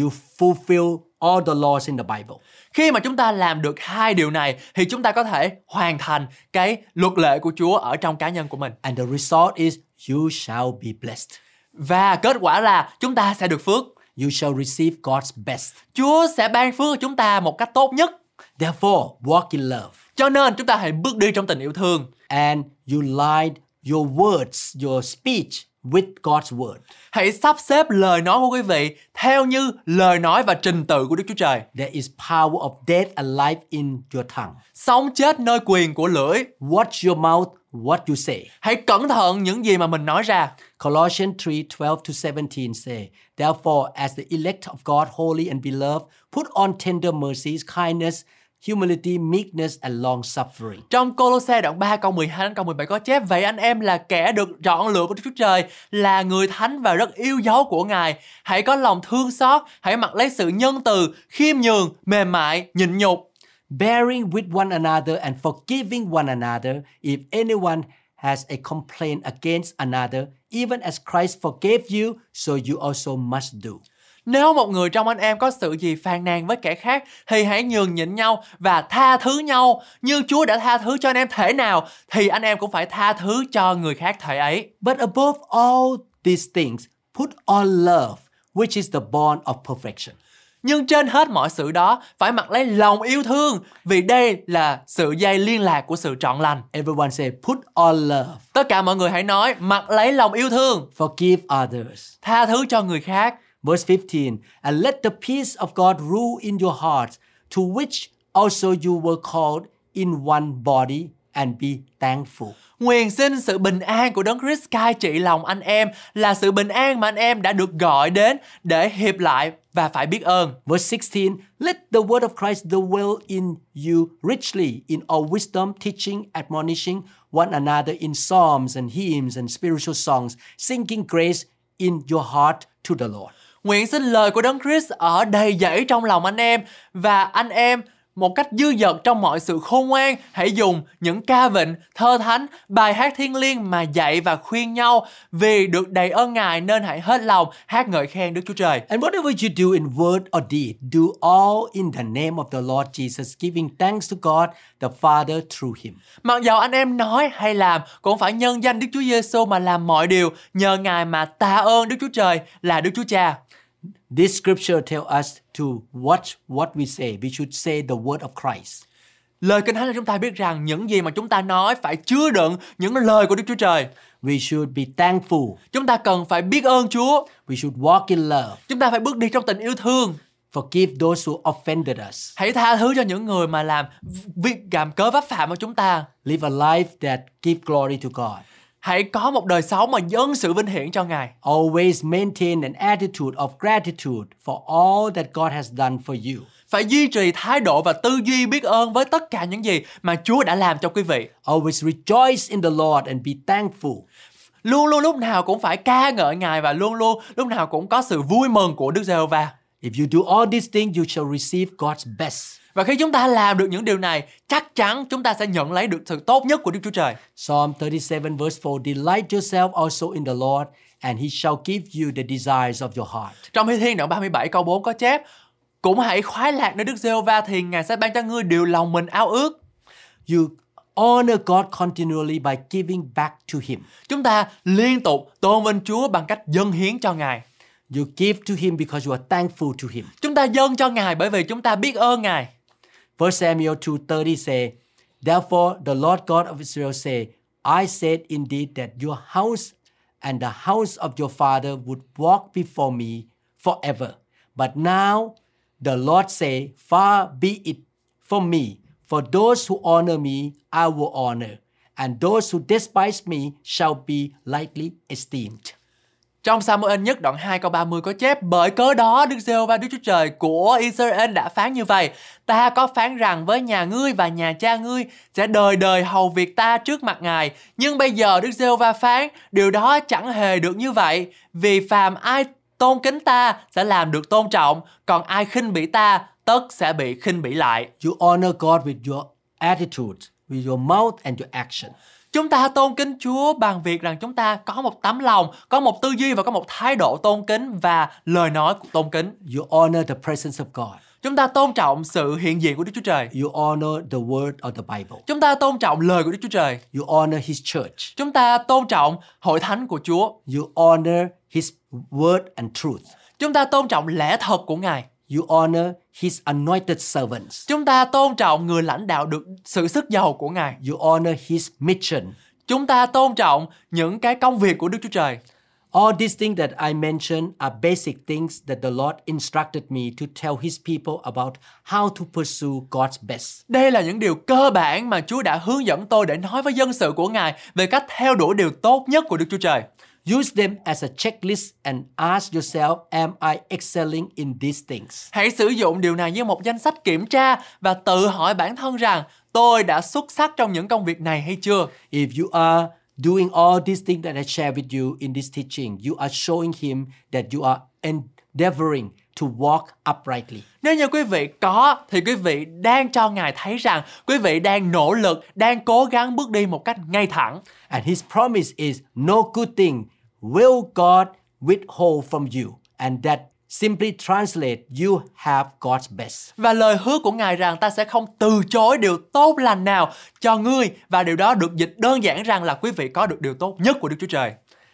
[SPEAKER 2] you fulfill all the laws in the Bible.
[SPEAKER 3] khi mà chúng ta làm được hai điều này thì chúng ta có thể hoàn thành cái luật lệ của Chúa ở trong cá nhân của mình
[SPEAKER 2] And the result is you shall be blessed.
[SPEAKER 3] và kết quả là chúng ta sẽ được phước
[SPEAKER 2] You shall receive God's best.
[SPEAKER 3] Chúa sẽ ban phước cho chúng ta một cách tốt nhất
[SPEAKER 2] Therefore, walk in love.
[SPEAKER 3] cho nên chúng ta hãy bước đi trong tình yêu thương
[SPEAKER 2] And you line your words, your speech with God's word.
[SPEAKER 3] hãy sắp xếp lời nói của quý vị theo như lời nói và trình tự của Đức Chúa Trời
[SPEAKER 2] There is power of death and life in your tongue.
[SPEAKER 3] sống chết nơi quyền của lưỡi
[SPEAKER 2] Watch your mouth, what you say.
[SPEAKER 3] hãy cẩn thận những gì mà mình nói ra
[SPEAKER 2] Colossians 3 12 to 17 say, Therefore, as the elect of God, holy and beloved, put on tender mercies, kindness, humility, meekness, and long suffering.
[SPEAKER 3] Trong Colosse đoạn 3 câu 12 đến câu 17 có chép Vậy anh em là kẻ được chọn lựa của Đức Chúa Trời Là người thánh và rất yêu dấu của Ngài Hãy có lòng thương xót Hãy mặc lấy sự nhân từ Khiêm nhường, mềm mại, nhịn nhục
[SPEAKER 2] bearing with one another and forgiving one another if anyone has a complaint against another even as Christ forgave you so you also must do
[SPEAKER 3] Nếu một người trong anh em có sự gì phàn nàn với kẻ khác Thì hãy nhường nhịn nhau và tha thứ nhau Như Chúa đã tha thứ cho anh em thể nào Thì anh em cũng phải tha thứ cho người khác thể ấy
[SPEAKER 2] but above all these things put on love which is the bond of perfection
[SPEAKER 3] Nhưng trên hết mọi sự đó Phải mặc lấy lòng yêu thương Vì đây là sự dây liên lạc của sự trọn lành
[SPEAKER 2] everyone say put on love
[SPEAKER 3] Tất cả mọi người hãy nói mặc lấy lòng yêu thương,
[SPEAKER 2] forgive others
[SPEAKER 3] tha thứ cho người khác.
[SPEAKER 2] verse 15 and let the peace of God rule in your hearts to which also you were called in one body and be thankful
[SPEAKER 3] Nguyện xin sự bình an của Đấng Christ cai trị lòng anh em là sự bình an mà anh em đã được gọi đến để hiệp lại và phải biết ơn.
[SPEAKER 2] Verse 16 Let the word of Christ dwell in you richly, in all wisdom, teaching, admonishing one another in psalms and hymns and spiritual songs, singing grace in your heart to the Lord.
[SPEAKER 3] Nguyện xin lời của Đấng Christ ở đầy dẫy trong lòng anh em và anh em một cách dư dật trong mọi sự khôn ngoan hãy dùng những ca vịnh, thơ thánh, bài hát thiên liêng mà dạy và khuyên nhau vì được đầy ơn Ngài nên hãy hết lòng hát ngợi khen Đức Chúa Trời.
[SPEAKER 2] And whatever you do in word or deed, do all in the name of the Lord Jesus, giving thanks to God the Father through him.
[SPEAKER 3] Mặc dầu anh em nói hay làm cũng phải nhân danh Đức Chúa Giêsu mà làm mọi điều nhờ Ngài mà tạ ơn Đức Chúa Trời là Đức Chúa Cha.
[SPEAKER 2] This scripture tells us to watch what we say. We should say the word of Christ.
[SPEAKER 3] Lời Kinh Thánh cho chúng ta biết rằng những gì mà chúng ta nói phải chứa đựng những lời của Đức Chúa Trời.
[SPEAKER 2] We should be thankful.
[SPEAKER 3] Chúng ta cần phải biết ơn Chúa.
[SPEAKER 2] We should walk in love.
[SPEAKER 3] Chúng ta phải bước đi trong tình yêu thương.
[SPEAKER 2] Forgive those who offended us.
[SPEAKER 3] Hãy tha thứ cho những người mà làm việc gàm cớ vấp phạm của chúng ta.
[SPEAKER 2] Live a life that gives glory to God.
[SPEAKER 3] Hãy có một đời sống mà dâng sự vinh hiển cho Ngài.
[SPEAKER 2] Always maintain an attitude of gratitude for all that God has done for you.
[SPEAKER 3] Phải duy trì thái độ và tư duy biết ơn với tất cả những gì mà Chúa đã làm cho quý vị.
[SPEAKER 2] Always rejoice in the Lord and be thankful.
[SPEAKER 3] luôn luôn lúc nào cũng phải ca ngợi ngài và luôn luôn lúc nào cũng có sự vui mừng của Đức Giê-hô-va.
[SPEAKER 2] If you do all these things, you shall receive God's best.
[SPEAKER 3] Và khi chúng ta làm được những điều này, chắc chắn chúng ta sẽ nhận lấy được sự tốt nhất của Đức Chúa Trời.
[SPEAKER 2] Psalm 37, verse 4 Delight yourself also in the Lord, and he shall give you the desires of your heart.
[SPEAKER 3] Trong Thi Thiên đoạn 37 câu 4 có chép: Cũng hãy khoái lạc nơi Đức Giê-hô-va thì Ngài sẽ ban cho ngươi điều lòng mình ao ước.
[SPEAKER 2] You honor God continually by giving back to him.
[SPEAKER 3] Chúng ta liên tục tôn vinh Chúa bằng cách dâng hiến cho Ngài.
[SPEAKER 2] You give to him because you are thankful to him.
[SPEAKER 3] Chúng ta dâng cho Ngài bởi vì chúng ta biết ơn Ngài.
[SPEAKER 2] 1 Samuel 2.30 say, Therefore, the Lord God of Israel said, I said indeed that your house and the house of your father would walk before me forever. But now the Lord say, Far be it from me. For those who honor me, I will honor, and those who despise me shall be lightly esteemed.
[SPEAKER 3] Trong Samuel nhất đoạn 2 câu 30 có chép Bởi cớ đó Đức giê va Đức Chúa Trời của Israel đã phán như vậy Ta có phán rằng với nhà ngươi và nhà cha ngươi Sẽ đời đời hầu việc ta trước mặt Ngài Nhưng bây giờ Đức giê va phán Điều đó chẳng hề được như vậy Vì phàm ai tôn kính ta sẽ làm được tôn trọng Còn ai khinh bỉ ta tất sẽ bị khinh bỉ lại
[SPEAKER 2] You honor God with your attitude, with your mouth, and your action.
[SPEAKER 3] Chúng ta tôn kính Chúa bằng việc rằng chúng ta có một tấm lòng, có một tư duy và có một thái độ tôn kính và lời nói của tôn kính.
[SPEAKER 2] You honor the presence of God.
[SPEAKER 3] Chúng ta tôn trọng sự hiện diện của Đức Chúa Trời.
[SPEAKER 2] You honor the word of the Bible.
[SPEAKER 3] Chúng ta tôn trọng lời của Đức Chúa Trời.
[SPEAKER 2] You honor His church.
[SPEAKER 3] Chúng ta tôn trọng hội thánh của Chúa.
[SPEAKER 2] You honor His word and truth.
[SPEAKER 3] Chúng ta tôn trọng lẽ thật của Ngài.
[SPEAKER 2] You honor His anointed servants.
[SPEAKER 3] Chúng ta tôn trọng người lãnh đạo được sự sức giàu của Ngài.
[SPEAKER 2] You honor His mission.
[SPEAKER 3] Chúng ta tôn trọng những cái công việc của Đức Chúa Trời.
[SPEAKER 2] All these things that I mentioned are basic things that the Lord instructed me to tell His people about how to pursue God's best.
[SPEAKER 3] Đây là những điều cơ bản mà Chúa đã hướng dẫn tôi để nói với dân sự của Ngài về cách theo đuổi điều tốt nhất của Đức Chúa Trời.
[SPEAKER 2] Use them as a checklist and ask yourself, Am I excelling in these things?
[SPEAKER 3] Hãy sử dụng điều này như một danh sách kiểm tra và tự hỏi bản thân rằng tôi đã xuất sắc trong những công việc này hay chưa.
[SPEAKER 2] If you are doing all these things that I share with you in this teaching, you are showing Him that you are endeavoring to walk uprightly.
[SPEAKER 3] Nếu như quý vị có thì quý vị đang cho Ngài thấy rằng quý vị đang nỗ lực, đang cố gắng bước đi một cách ngay thẳng.
[SPEAKER 2] And his promise is no good thing will God withhold from you. And that simply translate you have God's best.
[SPEAKER 3] Và lời hứa của Ngài rằng ta sẽ không từ chối điều tốt lành nào cho ngươi và điều đó được dịch đơn giản rằng là quý vị có được điều tốt nhất của Đức Chúa Trời.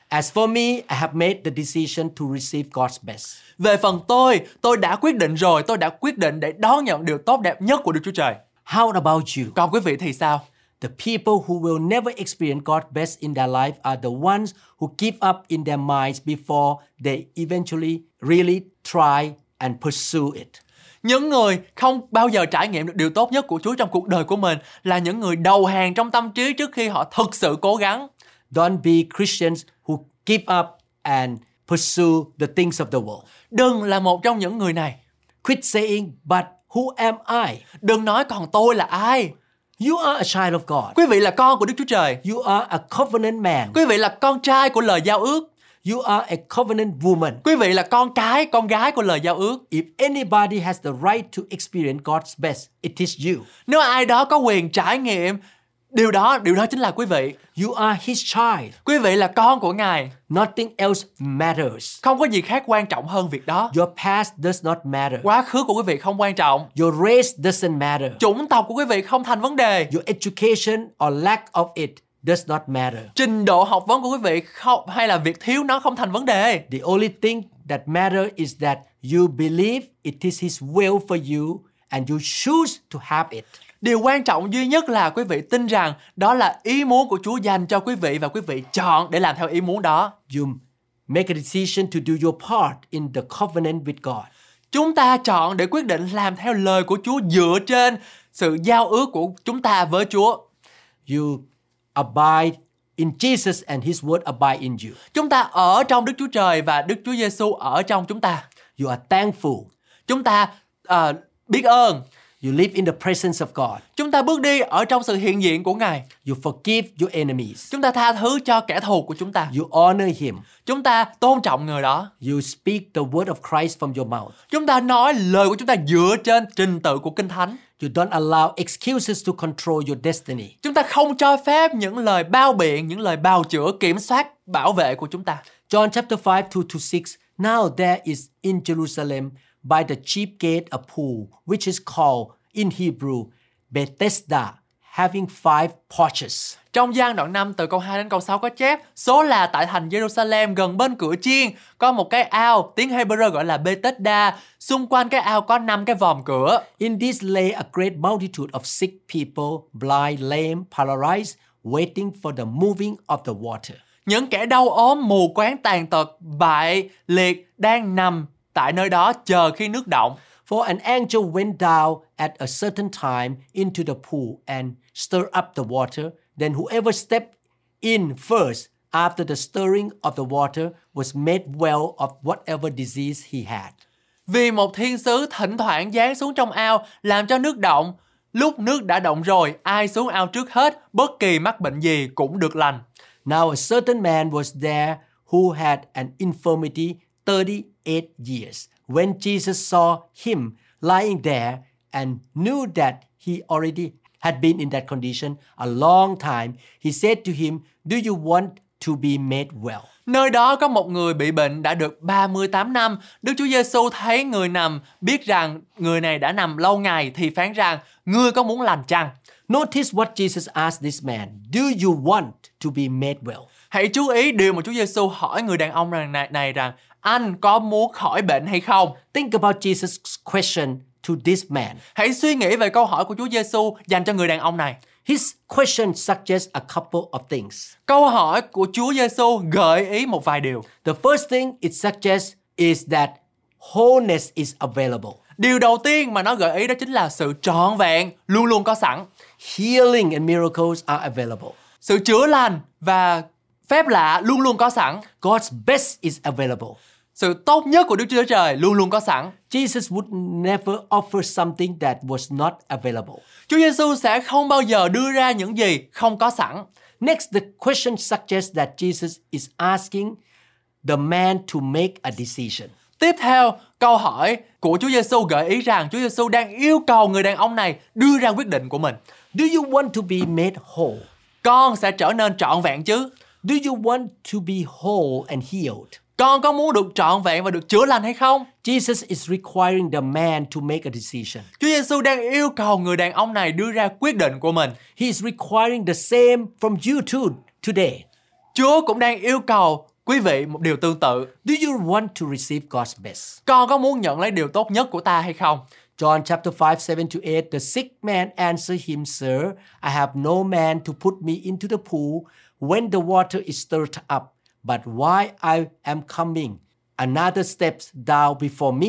[SPEAKER 2] As for me, I have made the decision to receive God's best.
[SPEAKER 3] Về phần tôi, tôi đã quyết định rồi, tôi đã quyết định để đón nhận điều tốt đẹp nhất của Đức Chúa Trời.
[SPEAKER 2] How about you?
[SPEAKER 3] Còn quý vị thì sao?
[SPEAKER 2] The people who will never experience God's best in their life are the ones who give up in their minds before they eventually really try and pursue it.
[SPEAKER 3] Những người không bao giờ trải nghiệm được điều tốt nhất của Chúa trong cuộc đời của mình là những người đầu hàng trong tâm trí trước khi họ thực sự cố gắng.
[SPEAKER 2] Don't be Christians who give up and pursue the things of the world.
[SPEAKER 3] Đừng là một trong những người này.
[SPEAKER 2] Quit saying, but who am I?
[SPEAKER 3] Đừng nói còn tôi là ai.
[SPEAKER 2] You are a child of God.
[SPEAKER 3] Quý vị là con của Đức Chúa Trời.
[SPEAKER 2] You are a covenant man.
[SPEAKER 3] Quý vị là con trai của lời giao ước.
[SPEAKER 2] You are a covenant woman.
[SPEAKER 3] Quý vị là con cái, con gái của lời giao ước.
[SPEAKER 2] If anybody has the right to experience God's best, it is you.
[SPEAKER 3] Nếu ai đó có quyền trải nghiệm điều đó, điều đó chính là quý vị.
[SPEAKER 2] You are His child.
[SPEAKER 3] Quý vị là con của Ngài.
[SPEAKER 2] Nothing else matters.
[SPEAKER 3] Không có gì khác quan trọng hơn việc đó.
[SPEAKER 2] Your past does not matter.
[SPEAKER 3] Quá khứ của quý vị không quan trọng.
[SPEAKER 2] Your race doesn't matter.
[SPEAKER 3] Chủng tộc của quý vị không thành vấn đề.
[SPEAKER 2] Your education or lack of it does not matter.
[SPEAKER 3] Trình độ học vấn của quý vị không hay là việc thiếu nó không thành vấn đề.
[SPEAKER 2] The only thing that matters is that you believe it is His will for you and you choose to have it.
[SPEAKER 3] Điều quan trọng duy nhất là quý vị tin rằng đó là ý muốn của Chúa dành cho quý vị và quý vị chọn để làm theo ý muốn đó.
[SPEAKER 2] You make a decision to do your part in the covenant with God.
[SPEAKER 3] Chúng ta chọn để quyết định làm theo lời của Chúa dựa trên sự giao ước của chúng ta với Chúa.
[SPEAKER 2] You abide in Jesus and His word abide in you.
[SPEAKER 3] Chúng ta ở trong Đức Chúa Trời và Đức Chúa Giêsu ở trong chúng ta.
[SPEAKER 2] You are thankful.
[SPEAKER 3] Chúng ta ờ, biết ơn.
[SPEAKER 2] You live in the presence of God.
[SPEAKER 3] Chúng ta bước đi ở trong sự hiện diện của Ngài.
[SPEAKER 2] You forgive your enemies.
[SPEAKER 3] Chúng ta tha thứ cho kẻ thù của chúng ta.
[SPEAKER 2] You honor Him.
[SPEAKER 3] Chúng ta tôn trọng người đó.
[SPEAKER 2] You speak the word of Christ from your mouth.
[SPEAKER 3] Chúng ta nói lời của chúng ta dựa trên trình tự của Kinh Thánh.
[SPEAKER 2] You don't allow excuses to control your destiny.
[SPEAKER 3] Chúng ta không cho phép những lời bao biện, những lời bào chữa kiểm soát bảo vệ của chúng ta.
[SPEAKER 2] John chapter 5, 2 to 6. Now there is in Jerusalem by the chief gate a pool, which is called in Hebrew Bethesda, having five porches.
[SPEAKER 3] Trong gian đoạn 5 từ câu 2 đến câu 6 có chép Số là tại thành Jerusalem gần bên cửa chiên Có một cái ao, tiếng Hebrew gọi là Bethesda Xung quanh cái ao có 5 cái vòm cửa
[SPEAKER 2] In this lay a great multitude of sick people, blind, lame, paralyzed, waiting for the moving of the water.
[SPEAKER 3] Những kẻ đau ốm, mù quáng tàn tật, bại, liệt đang nằm tại nơi đó chờ khi nước động
[SPEAKER 2] For an angel went down at a certain time into the pool and stirred up the water. Then whoever stepped in first after the stirring of the water was made well of whatever disease he had.
[SPEAKER 3] Vì một thiên sứ thỉnh thoảng giáng xuống trong ao làm cho nước động Lúc nước đã động rồi, ai xuống ao trước hết, bất kỳ mắc bệnh gì cũng được lành
[SPEAKER 2] Now a certain man was there who had an infirmity 38 years. When Jesus saw him lying there and knew that he already had been in that condition a long time, he said to him, Do you want to be made well?
[SPEAKER 3] Nơi đó có một người bị bệnh đã được 38 năm. Đức Chúa Giêsu thấy người nằm, biết rằng người này đã nằm lâu ngày thì phán rằng: "Ngươi có muốn lành chăng?"
[SPEAKER 2] Notice what Jesus asked this man Do you want to be made well?
[SPEAKER 3] Hãy chú ý điều mà Chúa Giêsu hỏi người đàn ông rằng này, này rằng: "Anh có muốn khỏi bệnh hay không?"
[SPEAKER 2] Think about Jesus' question to this man.
[SPEAKER 3] Hãy suy nghĩ về câu hỏi của Chúa Giêsu dành cho người đàn ông này.
[SPEAKER 2] His question suggests a couple of things.
[SPEAKER 3] Câu hỏi của Chúa Giêsu gợi ý một vài điều.
[SPEAKER 2] The first thing it suggests is that wholeness is available.
[SPEAKER 3] Điều đầu tiên mà nó gợi ý đó chính là sự trọn vẹn luôn luôn có sẵn.
[SPEAKER 2] Healing and miracles are available.
[SPEAKER 3] Sự chữa lành và phép lạ luôn luôn có sẵn.
[SPEAKER 2] God's best is available.
[SPEAKER 3] Sự tốt nhất của Đức Chúa Trời luôn luôn có sẵn.
[SPEAKER 2] Jesus would never offer something that was not available.
[SPEAKER 3] Chúa Giêsu sẽ không bao giờ đưa ra những gì không có sẵn.
[SPEAKER 2] Next, the question suggests that Jesus is asking the man to make a decision.
[SPEAKER 3] Tiếp theo, câu hỏi của Chúa Giêsu gợi ý rằng Chúa Giêsu đang yêu cầu người đàn ông này đưa ra quyết định của mình.
[SPEAKER 2] Do you want to be made whole?
[SPEAKER 3] Con sẽ trở nên trọn vẹn chứ?
[SPEAKER 2] Do you want to be whole and healed?
[SPEAKER 3] Con có muốn được trọn vẹn và được chữa lành hay không?
[SPEAKER 2] Jesus is requiring the man to make a decision.
[SPEAKER 3] Chúa Giêsu đang yêu cầu người đàn ông này đưa ra quyết định của mình.
[SPEAKER 2] He is requiring the same from you too today.
[SPEAKER 3] Chúa cũng đang yêu cầu quý vị một điều tương tự.
[SPEAKER 2] Do you want to receive God's best?
[SPEAKER 3] Con có muốn nhận lấy điều tốt nhất của ta hay không?
[SPEAKER 2] John chapter 5, 7 to 8. The sick man answered him, Sir, I have no man to put me into the pool when the water is stirred up, but why I am coming another steps down before me.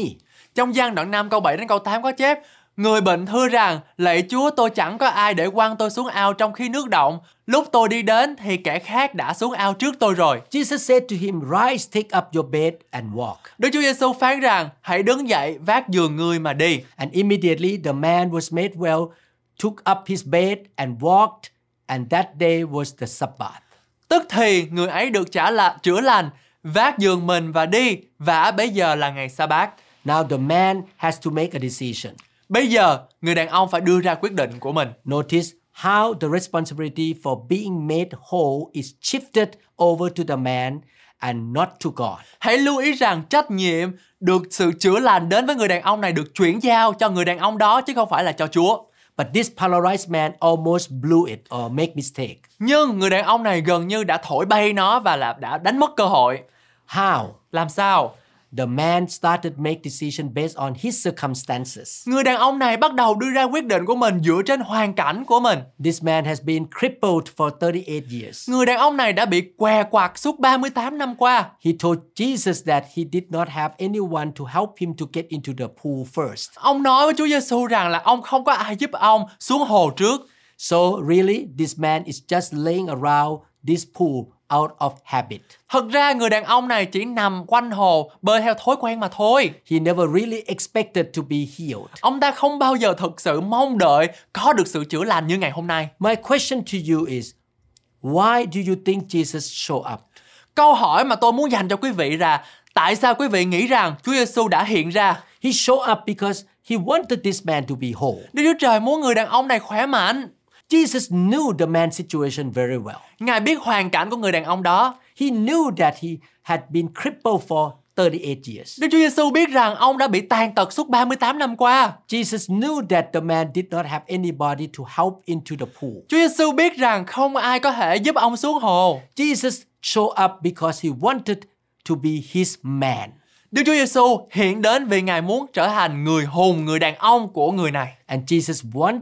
[SPEAKER 3] Trong gian đoạn 5 câu 7 đến câu 8 có chép Người bệnh thưa rằng, lạy Chúa tôi chẳng có ai để quăng tôi xuống ao trong khi nước động. Lúc tôi đi đến thì kẻ khác đã xuống ao trước tôi rồi.
[SPEAKER 2] Jesus said to him, Rise, take up your bed, and walk.
[SPEAKER 3] Đức Chúa Giêsu phán rằng, hãy đứng dậy vác giường ngươi mà đi.
[SPEAKER 2] And immediately the man was made well, took up his bed, and walked, and that day was the Sabbath.
[SPEAKER 3] Tức thì người ấy được trả là chữa lành, vác giường mình và đi, và bây giờ là ngày sa bát.
[SPEAKER 2] Now the man has to make a decision.
[SPEAKER 3] Bây giờ, người đàn ông phải đưa ra quyết định của mình.
[SPEAKER 2] Notice how the responsibility for being made whole is shifted over to the man and not to God.
[SPEAKER 3] Hãy lưu ý rằng trách nhiệm được sự chữa lành đến với người đàn ông này được chuyển giao cho người đàn ông đó chứ không phải là cho Chúa.
[SPEAKER 2] But this polarized man almost blew it or make mistake.
[SPEAKER 3] Nhưng người đàn ông này gần như đã thổi bay nó và là đã đánh mất cơ hội.
[SPEAKER 2] How?
[SPEAKER 3] Làm sao?
[SPEAKER 2] The man started make decision based on his circumstances.
[SPEAKER 3] Người đàn ông này bắt đầu đưa ra quyết định của mình dựa trên hoàn cảnh của mình.
[SPEAKER 2] This man has been crippled for 38 years.
[SPEAKER 3] Người đàn ông này đã bị què quặt suốt 38 năm qua.
[SPEAKER 2] He told Jesus that he did not have anyone to help him to get into the pool first.
[SPEAKER 3] Ông nói với Chúa Giêsu rằng là ông không có ai giúp ông xuống hồ trước.
[SPEAKER 2] So really, this man is just laying around this pool out of habit.
[SPEAKER 3] Thật ra người đàn ông này chỉ nằm quanh hồ bơi theo thói quen mà thôi.
[SPEAKER 2] He never really expected to be healed.
[SPEAKER 3] Ông ta không bao giờ thực sự mong đợi có được sự chữa lành như ngày hôm nay.
[SPEAKER 2] My question to you is, why do you think Jesus showed up?
[SPEAKER 3] Câu hỏi mà tôi muốn dành cho quý vị là tại sao quý vị nghĩ rằng Chúa Giêsu đã hiện ra?
[SPEAKER 2] He showed up because he wanted this man to be whole.
[SPEAKER 3] Đức Chúa Trời muốn người đàn ông này khỏe mạnh.
[SPEAKER 2] Jesus knew the man's situation very well.
[SPEAKER 3] Ngài biết hoàn cảnh của người đàn ông đó.
[SPEAKER 2] He knew that he had been crippled for 38 years.
[SPEAKER 3] Đức Chúa Giêsu biết rằng ông đã bị tàn tật suốt 38 năm qua.
[SPEAKER 2] Jesus knew that the man did not have anybody to help into the pool.
[SPEAKER 3] Chúa Giêsu biết rằng không ai có thể giúp ông xuống hồ.
[SPEAKER 2] Jesus showed up because he wanted to be his man.
[SPEAKER 3] Đức Chúa Giêsu hiện đến vì Ngài muốn trở thành người hùng, người đàn ông của người này.
[SPEAKER 2] And Jesus wants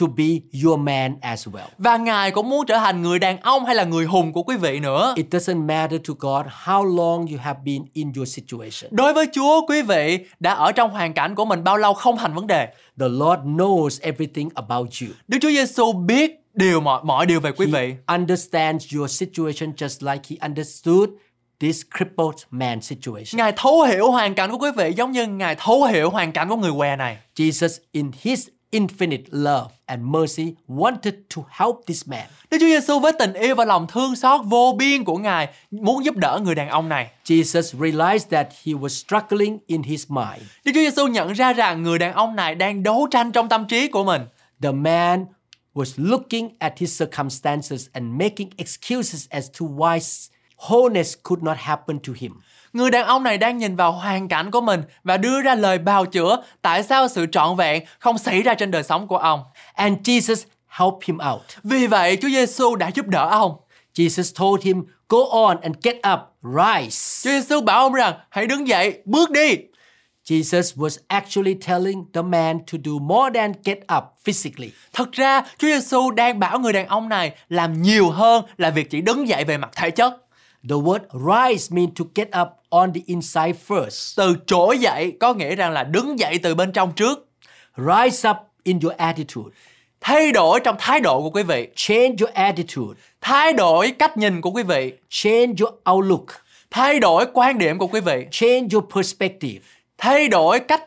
[SPEAKER 2] to be your man as well.
[SPEAKER 3] Và Ngài cũng muốn trở thành người đàn ông hay là người hùng của quý vị nữa.
[SPEAKER 2] It doesn't matter to God how long you have been in your situation.
[SPEAKER 3] Đối với Chúa, quý vị đã ở trong hoàn cảnh của mình bao lâu không thành vấn đề.
[SPEAKER 2] The Lord knows everything about you.
[SPEAKER 3] Đức Chúa Giêsu biết điều mọi mọi điều về quý vị.
[SPEAKER 2] He understands your situation just like he understood this crippled man situation.
[SPEAKER 3] Ngài thấu hiểu hoàn cảnh của quý vị giống như Ngài thấu hiểu hoàn cảnh của người què này.
[SPEAKER 2] Jesus, in his infinite love and mercy, wanted to help this man.
[SPEAKER 3] Đức Chúa Giêsu với tình yêu và lòng thương xót vô biên của Ngài muốn giúp đỡ người đàn ông này.
[SPEAKER 2] Jesus realized that he was struggling in his mind.
[SPEAKER 3] Đức Chúa Giêsu nhận ra rằng người đàn ông này đang đấu tranh trong tâm trí của mình.
[SPEAKER 2] The man was looking at his circumstances and making excuses as to why wholeness could not happen to him.
[SPEAKER 3] Người đàn ông này đang nhìn vào hoàn cảnh của mình và đưa ra lời bào chữa tại sao sự trọn vẹn không xảy ra trên đời sống của ông.
[SPEAKER 2] And Jesus helped him out.
[SPEAKER 3] Vì vậy, Chúa Giêsu đã giúp đỡ ông.
[SPEAKER 2] Jesus told him, Go on and get up,
[SPEAKER 3] Chúa
[SPEAKER 2] rise.
[SPEAKER 3] Giêsu bảo ông rằng hãy đứng dậy, bước đi.
[SPEAKER 2] Jesus was actually telling the man to do more than get up physically.
[SPEAKER 3] Thật ra, Chúa Giêsu đang bảo người đàn ông này làm nhiều hơn là việc chỉ đứng dậy về mặt thể chất.
[SPEAKER 2] The word rise means to get up on the inside first.
[SPEAKER 3] Từ trỗi dậy có nghĩa rằng là đứng dậy từ bên trong trước.
[SPEAKER 2] Rise up in your attitude.
[SPEAKER 3] Thay đổi trong thái độ của quý vị,
[SPEAKER 2] Change your attitude.
[SPEAKER 3] thay đổi cách nhìn của quý vị,
[SPEAKER 2] Change your outlook.
[SPEAKER 3] thay đổi quan điểm của quý vị,
[SPEAKER 2] Change your perspective.
[SPEAKER 3] thay đổi cách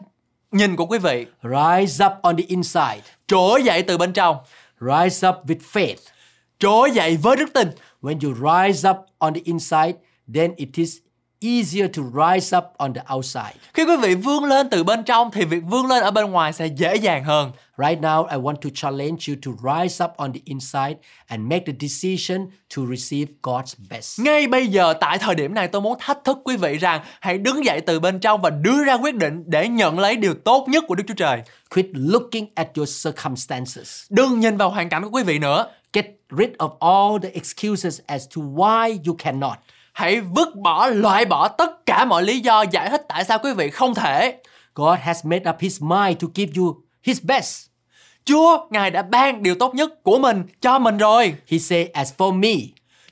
[SPEAKER 3] nhìn của quý vị,
[SPEAKER 2] Rise up on the inside.
[SPEAKER 3] trỗi dậy từ bên trong,
[SPEAKER 2] Rise up with faith.
[SPEAKER 3] trỗi dậy với đức tin.
[SPEAKER 2] When you rise up on the inside, then it is easier to rise up on the outside.
[SPEAKER 3] Khi quý vị vươn lên từ bên trong thì việc vươn lên ở bên ngoài sẽ dễ dàng hơn.
[SPEAKER 2] Right now, I want to challenge you to rise up on the inside and make the decision to receive God's best.
[SPEAKER 3] Ngay bây giờ tại thời điểm này tôi muốn thách thức quý vị rằng hãy đứng dậy từ bên trong và đưa ra quyết định để nhận lấy điều tốt nhất của Đức Chúa Trời.
[SPEAKER 2] Quit looking at your circumstances.
[SPEAKER 3] Đừng nhìn vào hoàn cảnh của quý vị nữa.
[SPEAKER 2] Get rid of all the excuses as to why you cannot.
[SPEAKER 3] Hãy vứt bỏ, loại bỏ tất cả mọi lý do giải thích tại sao quý vị không thể.
[SPEAKER 2] God has made up his mind to give you his best.
[SPEAKER 3] Chúa, Ngài đã ban điều tốt nhất của mình cho mình rồi.
[SPEAKER 2] He said, As for me,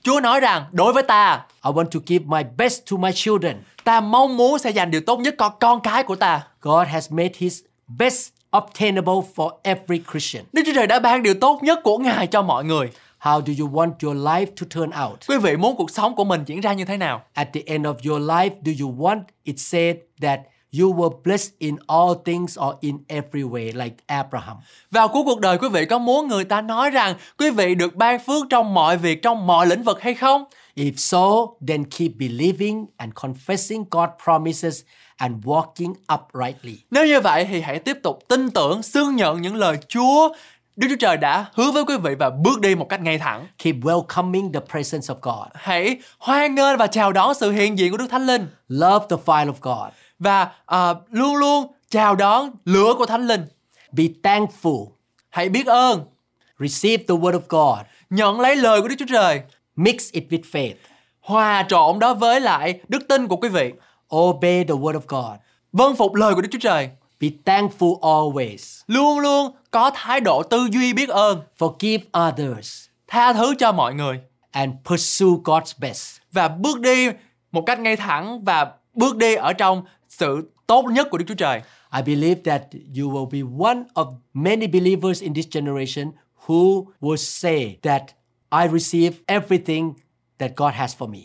[SPEAKER 3] Chúa nói rằng, đối với ta,
[SPEAKER 2] I want to give my best to my children.
[SPEAKER 3] ta mong muốn sẽ dành điều tốt nhất cho con cái của ta.
[SPEAKER 2] God has made his best obtainable for every Christian.
[SPEAKER 3] Đức Chúa Trời đã ban điều tốt nhất của Ngài cho mọi người.
[SPEAKER 2] How do you want your life to turn out?
[SPEAKER 3] Quý vị muốn cuộc sống của mình diễn ra như thế nào?
[SPEAKER 2] At the end of your life, do you want it said that you were blessed in all things or in every way, like Abraham?
[SPEAKER 3] Vào cuối cuộc đời quý vị có muốn người ta nói rằng quý vị được ban phước trong mọi việc, trong mọi lĩnh vực hay không?
[SPEAKER 2] If so, then keep believing and confessing God's promises and walking uprightly.
[SPEAKER 3] Nếu như vậy thì hãy tiếp tục tin tưởng, xương nhận những lời Chúa Đức Chúa Trời đã hứa với quý vị và bước đi một cách ngay thẳng.
[SPEAKER 2] Keep welcoming the presence of God.
[SPEAKER 3] Hãy hoan nghênh và chào đón sự hiện diện của Đức Thánh Linh
[SPEAKER 2] Love the fire of God.
[SPEAKER 3] và à, luôn luôn chào đón lửa của Thánh Linh.
[SPEAKER 2] Be thankful.
[SPEAKER 3] Hãy biết ơn,
[SPEAKER 2] Receive the word of God.
[SPEAKER 3] nhận lấy lời của Đức Chúa Trời,
[SPEAKER 2] Mix it with faith.
[SPEAKER 3] hòa trộn đó với lại đức tin của quý vị,
[SPEAKER 2] Obey the word of God.
[SPEAKER 3] vâng phục lời của Đức Chúa Trời,
[SPEAKER 2] Be thankful always.
[SPEAKER 3] luôn luôn có thái độ tư duy biết ơn,
[SPEAKER 2] Forgive others
[SPEAKER 3] tha thứ cho mọi người
[SPEAKER 2] and pursue God's best.
[SPEAKER 3] và bước đi một cách ngay thẳng và bước đi ở trong sự tốt nhất của Đức Chúa Trời.
[SPEAKER 2] I believe that you will be one of many believers in this generation who will say that I receive everything that God has for me.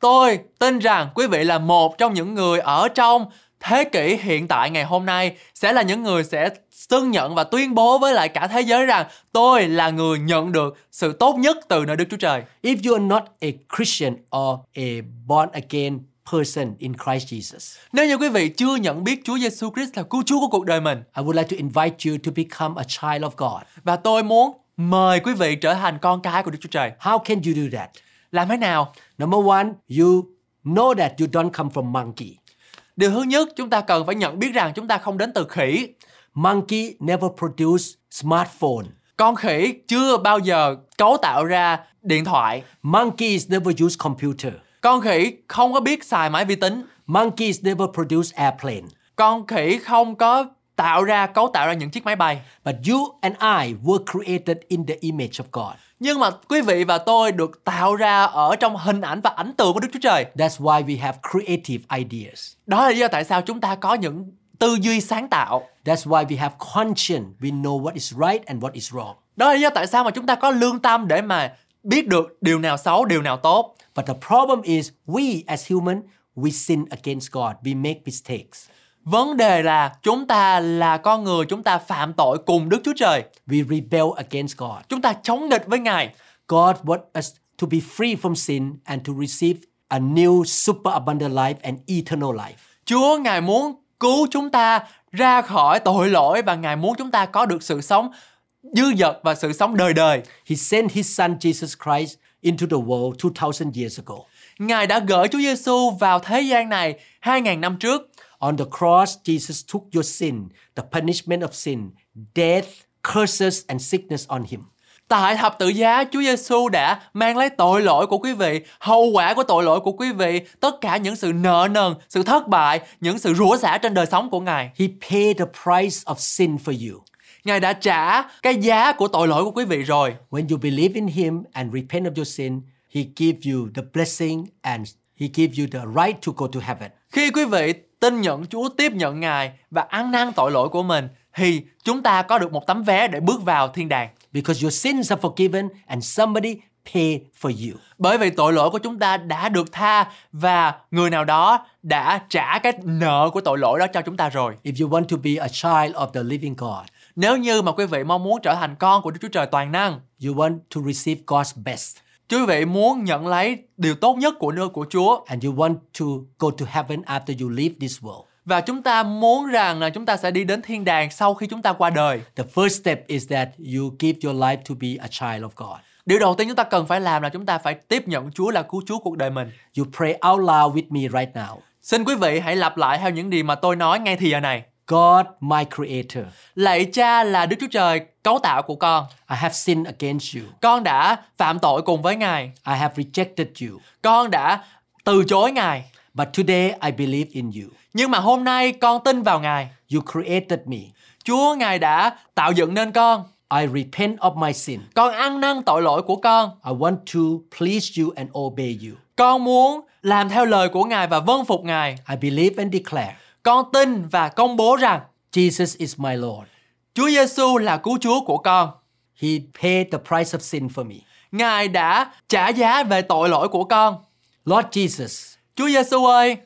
[SPEAKER 3] Tôi tin rằng quý vị là một trong những người ở trong thế kỷ hiện tại ngày hôm nay sẽ là những người sẽ xưng nhận và tuyên bố với lại cả thế giới rằng tôi là người nhận được sự tốt nhất từ nơi Đức Chúa Trời.
[SPEAKER 2] If you are not a Christian or a born again person in Christ Jesus,
[SPEAKER 3] Nếu như quý vị chưa nhận biết Chúa Giêsu Christ là cứu Chúa của cuộc đời mình
[SPEAKER 2] I would like to invite you to become a child of God.
[SPEAKER 3] và tôi muốn mời quý vị trở thành con cái của Đức Chúa Trời.
[SPEAKER 2] How can you do that?
[SPEAKER 3] Làm thế nào?
[SPEAKER 2] Number one, you know that you don't come from monkey.
[SPEAKER 3] Điều thứ nhất, chúng ta cần phải nhận biết rằng chúng ta không đến từ khỉ.
[SPEAKER 2] Monkey never produced smartphone.
[SPEAKER 3] Con khỉ chưa bao giờ cấu tạo ra điện thoại.
[SPEAKER 2] Monkeys never used computer.
[SPEAKER 3] Con khỉ không có biết xài máy vi tính.
[SPEAKER 2] Monkeys never produced airplane.
[SPEAKER 3] Con khỉ không có tạo ra cấu tạo ra những chiếc máy bay.
[SPEAKER 2] But you and I were created in the image of God.
[SPEAKER 3] Nhưng mà quý vị và tôi được tạo ra ở trong hình ảnh và ảnh tượng của Đức Chúa Trời.
[SPEAKER 2] That's why we have creative ideas.
[SPEAKER 3] Đó là lý do tại sao chúng ta có những tư duy sáng tạo.
[SPEAKER 2] That's why we have conscience. We know what is right and what is wrong.
[SPEAKER 3] Đó là lý do tại sao mà chúng ta có lương tâm để mà biết được điều nào xấu, điều nào tốt.
[SPEAKER 2] But the problem is we as human we sin against God. We make mistakes.
[SPEAKER 3] Vấn đề là chúng ta là con người, chúng ta phạm tội cùng Đức Chúa Trời.
[SPEAKER 2] We rebel against God.
[SPEAKER 3] Chúng ta chống nghịch với Ngài.
[SPEAKER 2] God wants us to be free from sin and to receive a new superabundant life and eternal life.
[SPEAKER 3] Chúa Ngài muốn cứu chúng ta ra khỏi tội lỗi và Ngài muốn chúng ta có được sự sống dư dật và sự sống đời đời.
[SPEAKER 2] He sent his son Jesus Christ into the world 2000 years ago.
[SPEAKER 3] Ngài đã gửi Chúa Giêsu vào thế gian này 2.000 năm trước.
[SPEAKER 2] On the cross, Jesus took your sin, the punishment of sin, death, curses, and sickness on him.
[SPEAKER 3] Tại thập tự giá, Chúa Giêsu đã mang lấy tội lỗi của quý vị, hậu quả của tội lỗi của quý vị, tất cả những sự nợ nần, sự thất bại, những sự rủa xả trên đời sống của Ngài.
[SPEAKER 2] He paid the price of sin for you.
[SPEAKER 3] Ngài đã trả cái giá của tội lỗi của quý vị rồi.
[SPEAKER 2] When you believe in him and repent of your sin, he gives you the blessing and he gives you the right to go to heaven.
[SPEAKER 3] Khi quý vị tin nhận Chúa, tiếp nhận Ngài và ăn năn tội lỗi của mình thì chúng ta có được một tấm vé để bước vào thiên đàng.
[SPEAKER 2] Because your sins are forgiven and somebody paid for you.
[SPEAKER 3] Bởi vì tội lỗi của chúng ta đã được tha và người nào đó đã trả cái nợ của tội lỗi đó cho chúng ta rồi.
[SPEAKER 2] If you want to be a child of the living God,
[SPEAKER 3] Nếu như mà quý vị mong muốn trở thành con của Đức Chúa Trời toàn năng,
[SPEAKER 2] you want to receive God's best
[SPEAKER 3] quý vị muốn nhận lấy điều tốt nhất của nơi của Chúa
[SPEAKER 2] and you want to go to heaven after you leave this world.
[SPEAKER 3] và chúng ta muốn rằng là chúng ta sẽ đi đến thiên đàng sau khi chúng ta qua đời.
[SPEAKER 2] The first step is that you give your life to be a child of God.
[SPEAKER 3] Điều đầu tiên chúng ta cần phải làm là chúng ta phải tiếp nhận Chúa là cứu Chúa cuộc đời mình.
[SPEAKER 2] You pray out loud with me right now.
[SPEAKER 3] Xin quý vị hãy lặp lại theo những điều mà tôi nói ngay thì giờ này.
[SPEAKER 2] God, my creator,
[SPEAKER 3] Lạy cha là Đức Chúa Trời cấu tạo của con.
[SPEAKER 2] I have sinned against you.
[SPEAKER 3] Con đã phạm tội cùng với Ngài.
[SPEAKER 2] I have rejected you.
[SPEAKER 3] Con đã từ chối Ngài.
[SPEAKER 2] But today I believe in you.
[SPEAKER 3] Nhưng mà hôm nay con tin vào Ngài.
[SPEAKER 2] You created me.
[SPEAKER 3] Chúa Ngài đã tạo dựng nên con.
[SPEAKER 2] I repent of my sin.
[SPEAKER 3] Con ăn năn tội lỗi của con.
[SPEAKER 2] I want to please you and obey you.
[SPEAKER 3] Con muốn làm theo lời của Ngài và vâng phục Ngài.
[SPEAKER 2] I believe and declare
[SPEAKER 3] Con tin và công bố rằng
[SPEAKER 2] Jesus is my Lord.
[SPEAKER 3] Chúa Giêsu là cứu Chúa của con.
[SPEAKER 2] He paid the price of sin for me.
[SPEAKER 3] Ngài đã trả giá về tội lỗi của con.
[SPEAKER 2] Lord Jesus,
[SPEAKER 3] Chúa Giêsu ơi,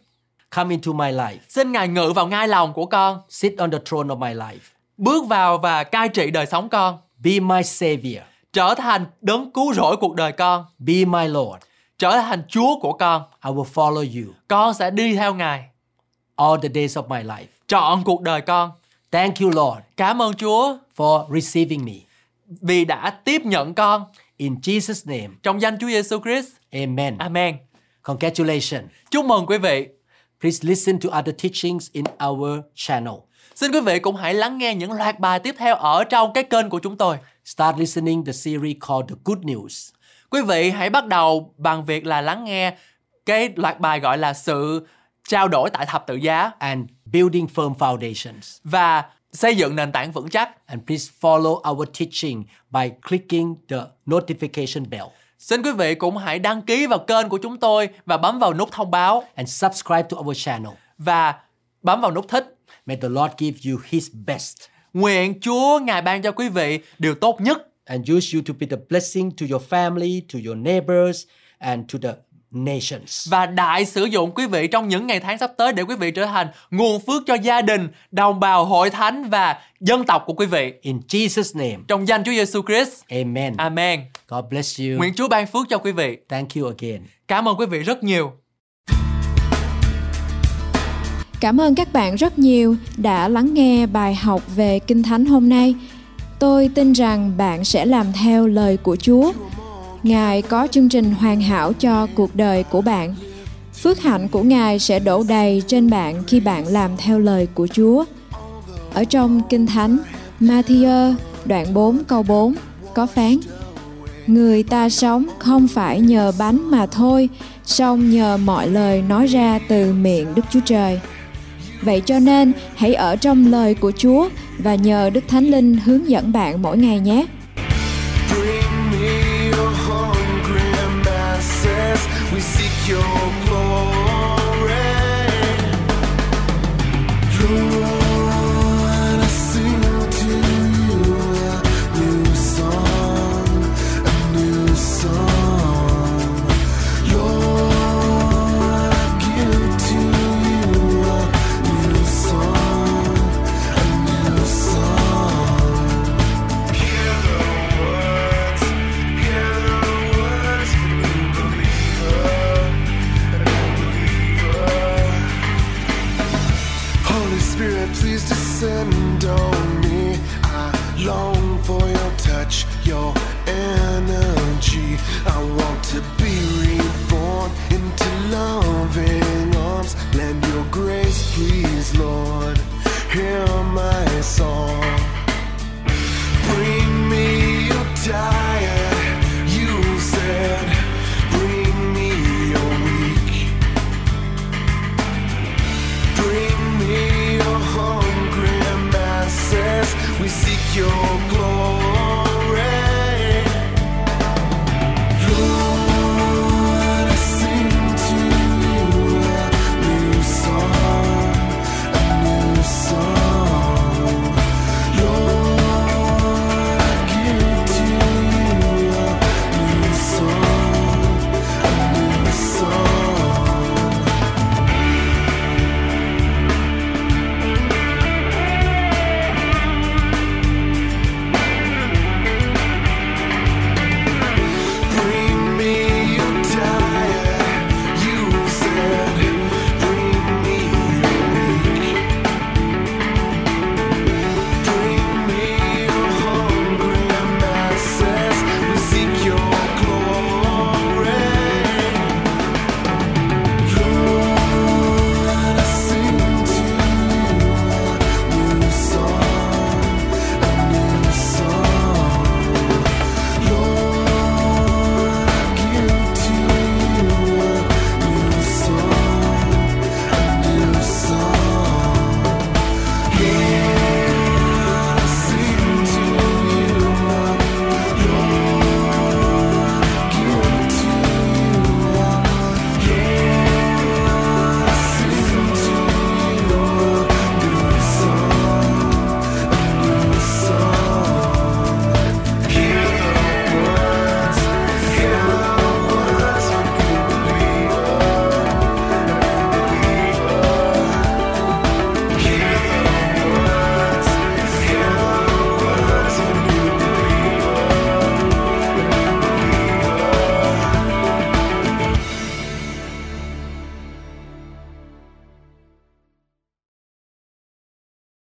[SPEAKER 2] come into my life.
[SPEAKER 3] xin Ngài ngự vào ngai lòng của con,
[SPEAKER 2] Sit on the throne of my life.
[SPEAKER 3] bước vào và cai trị đời sống con,
[SPEAKER 2] Be my savior.
[SPEAKER 3] trở thành đấng cứu rỗi cuộc đời con,
[SPEAKER 2] Be my Lord.
[SPEAKER 3] trở thành Chúa của con.
[SPEAKER 2] I will follow you
[SPEAKER 3] Con sẽ đi theo Ngài,
[SPEAKER 2] all the days of my life.
[SPEAKER 3] chọn cuộc đời con.
[SPEAKER 2] Thank you, Lord,
[SPEAKER 3] Cảm ơn Chúa
[SPEAKER 2] for receiving me.
[SPEAKER 3] vì đã tiếp nhận con
[SPEAKER 2] In Jesus' name,
[SPEAKER 3] trong danh Chúa Giêsu Christ.
[SPEAKER 2] amen.
[SPEAKER 3] Amen.
[SPEAKER 2] Congratulations.
[SPEAKER 3] Chúc mừng quý vị.
[SPEAKER 2] Please listen to other teachings in our channel.
[SPEAKER 3] Xin quý vị cũng hãy lắng nghe những loạt bài tiếp theo ở trong cái kênh của chúng tôi.
[SPEAKER 2] Start listening the series called The Good News.
[SPEAKER 3] Quý vị hãy bắt đầu bằng việc là lắng nghe cái loạt bài gọi là sự trao đổi tại thập tự giá
[SPEAKER 2] and building firm foundations.
[SPEAKER 3] và xây dựng nền tảng vững chắc.
[SPEAKER 2] And please follow our teaching by clicking the notification bell
[SPEAKER 3] Xin quý vị cũng hãy đăng ký vào kênh của chúng tôi và bấm vào nút thông báo
[SPEAKER 2] and subscribe to our channel.
[SPEAKER 3] và bấm vào nút thích.
[SPEAKER 2] May the Lord give you His best
[SPEAKER 3] Nguyện Chúa Ngài ban cho quý vị điều tốt nhất
[SPEAKER 2] and use you to be the blessing to your family, to your neighbors, and to the nations.
[SPEAKER 3] và đại sử dụng quý vị trong những ngày tháng sắp tới để quý vị trở thành nguồn phước cho gia đình, đồng bào, hội thánh và dân tộc của quý vị.
[SPEAKER 2] In Jesus' name,
[SPEAKER 3] Trong danh Chúa Giêsu Christ.
[SPEAKER 2] amen.
[SPEAKER 3] Amen.
[SPEAKER 2] God bless you.
[SPEAKER 3] Nguyện Chúa ban phước cho quý vị.
[SPEAKER 2] Thank you again.
[SPEAKER 3] Cảm ơn quý vị rất nhiều.
[SPEAKER 4] Cảm ơn các bạn rất nhiều đã lắng nghe bài học về Kinh Thánh hôm nay. Tôi tin rằng bạn sẽ làm theo lời của Chúa. Ngài có chương trình hoàn hảo cho cuộc đời của bạn. Phước hạnh của Ngài sẽ đổ đầy trên bạn khi bạn làm theo lời của Chúa. Ở trong Kinh Thánh, Matthew đoạn 4 câu 4 có phán Người ta sống không phải nhờ bánh mà thôi, song nhờ mọi lời nói ra từ miệng Đức Chúa Trời. Vậy cho nên, hãy ở trong lời của Chúa và nhờ Đức Thánh Linh hướng dẫn bạn mỗi ngày nhé.
[SPEAKER 1] Bring me your hungry masses. We seek your glory. Lord, I sing to you a new song, a new song. Lord, I give to you a new song, a new song. Hear the words, hear the words of a new believer, a new believer. Holy Spirit, please descend on me. I long for your touch, your energy. I want to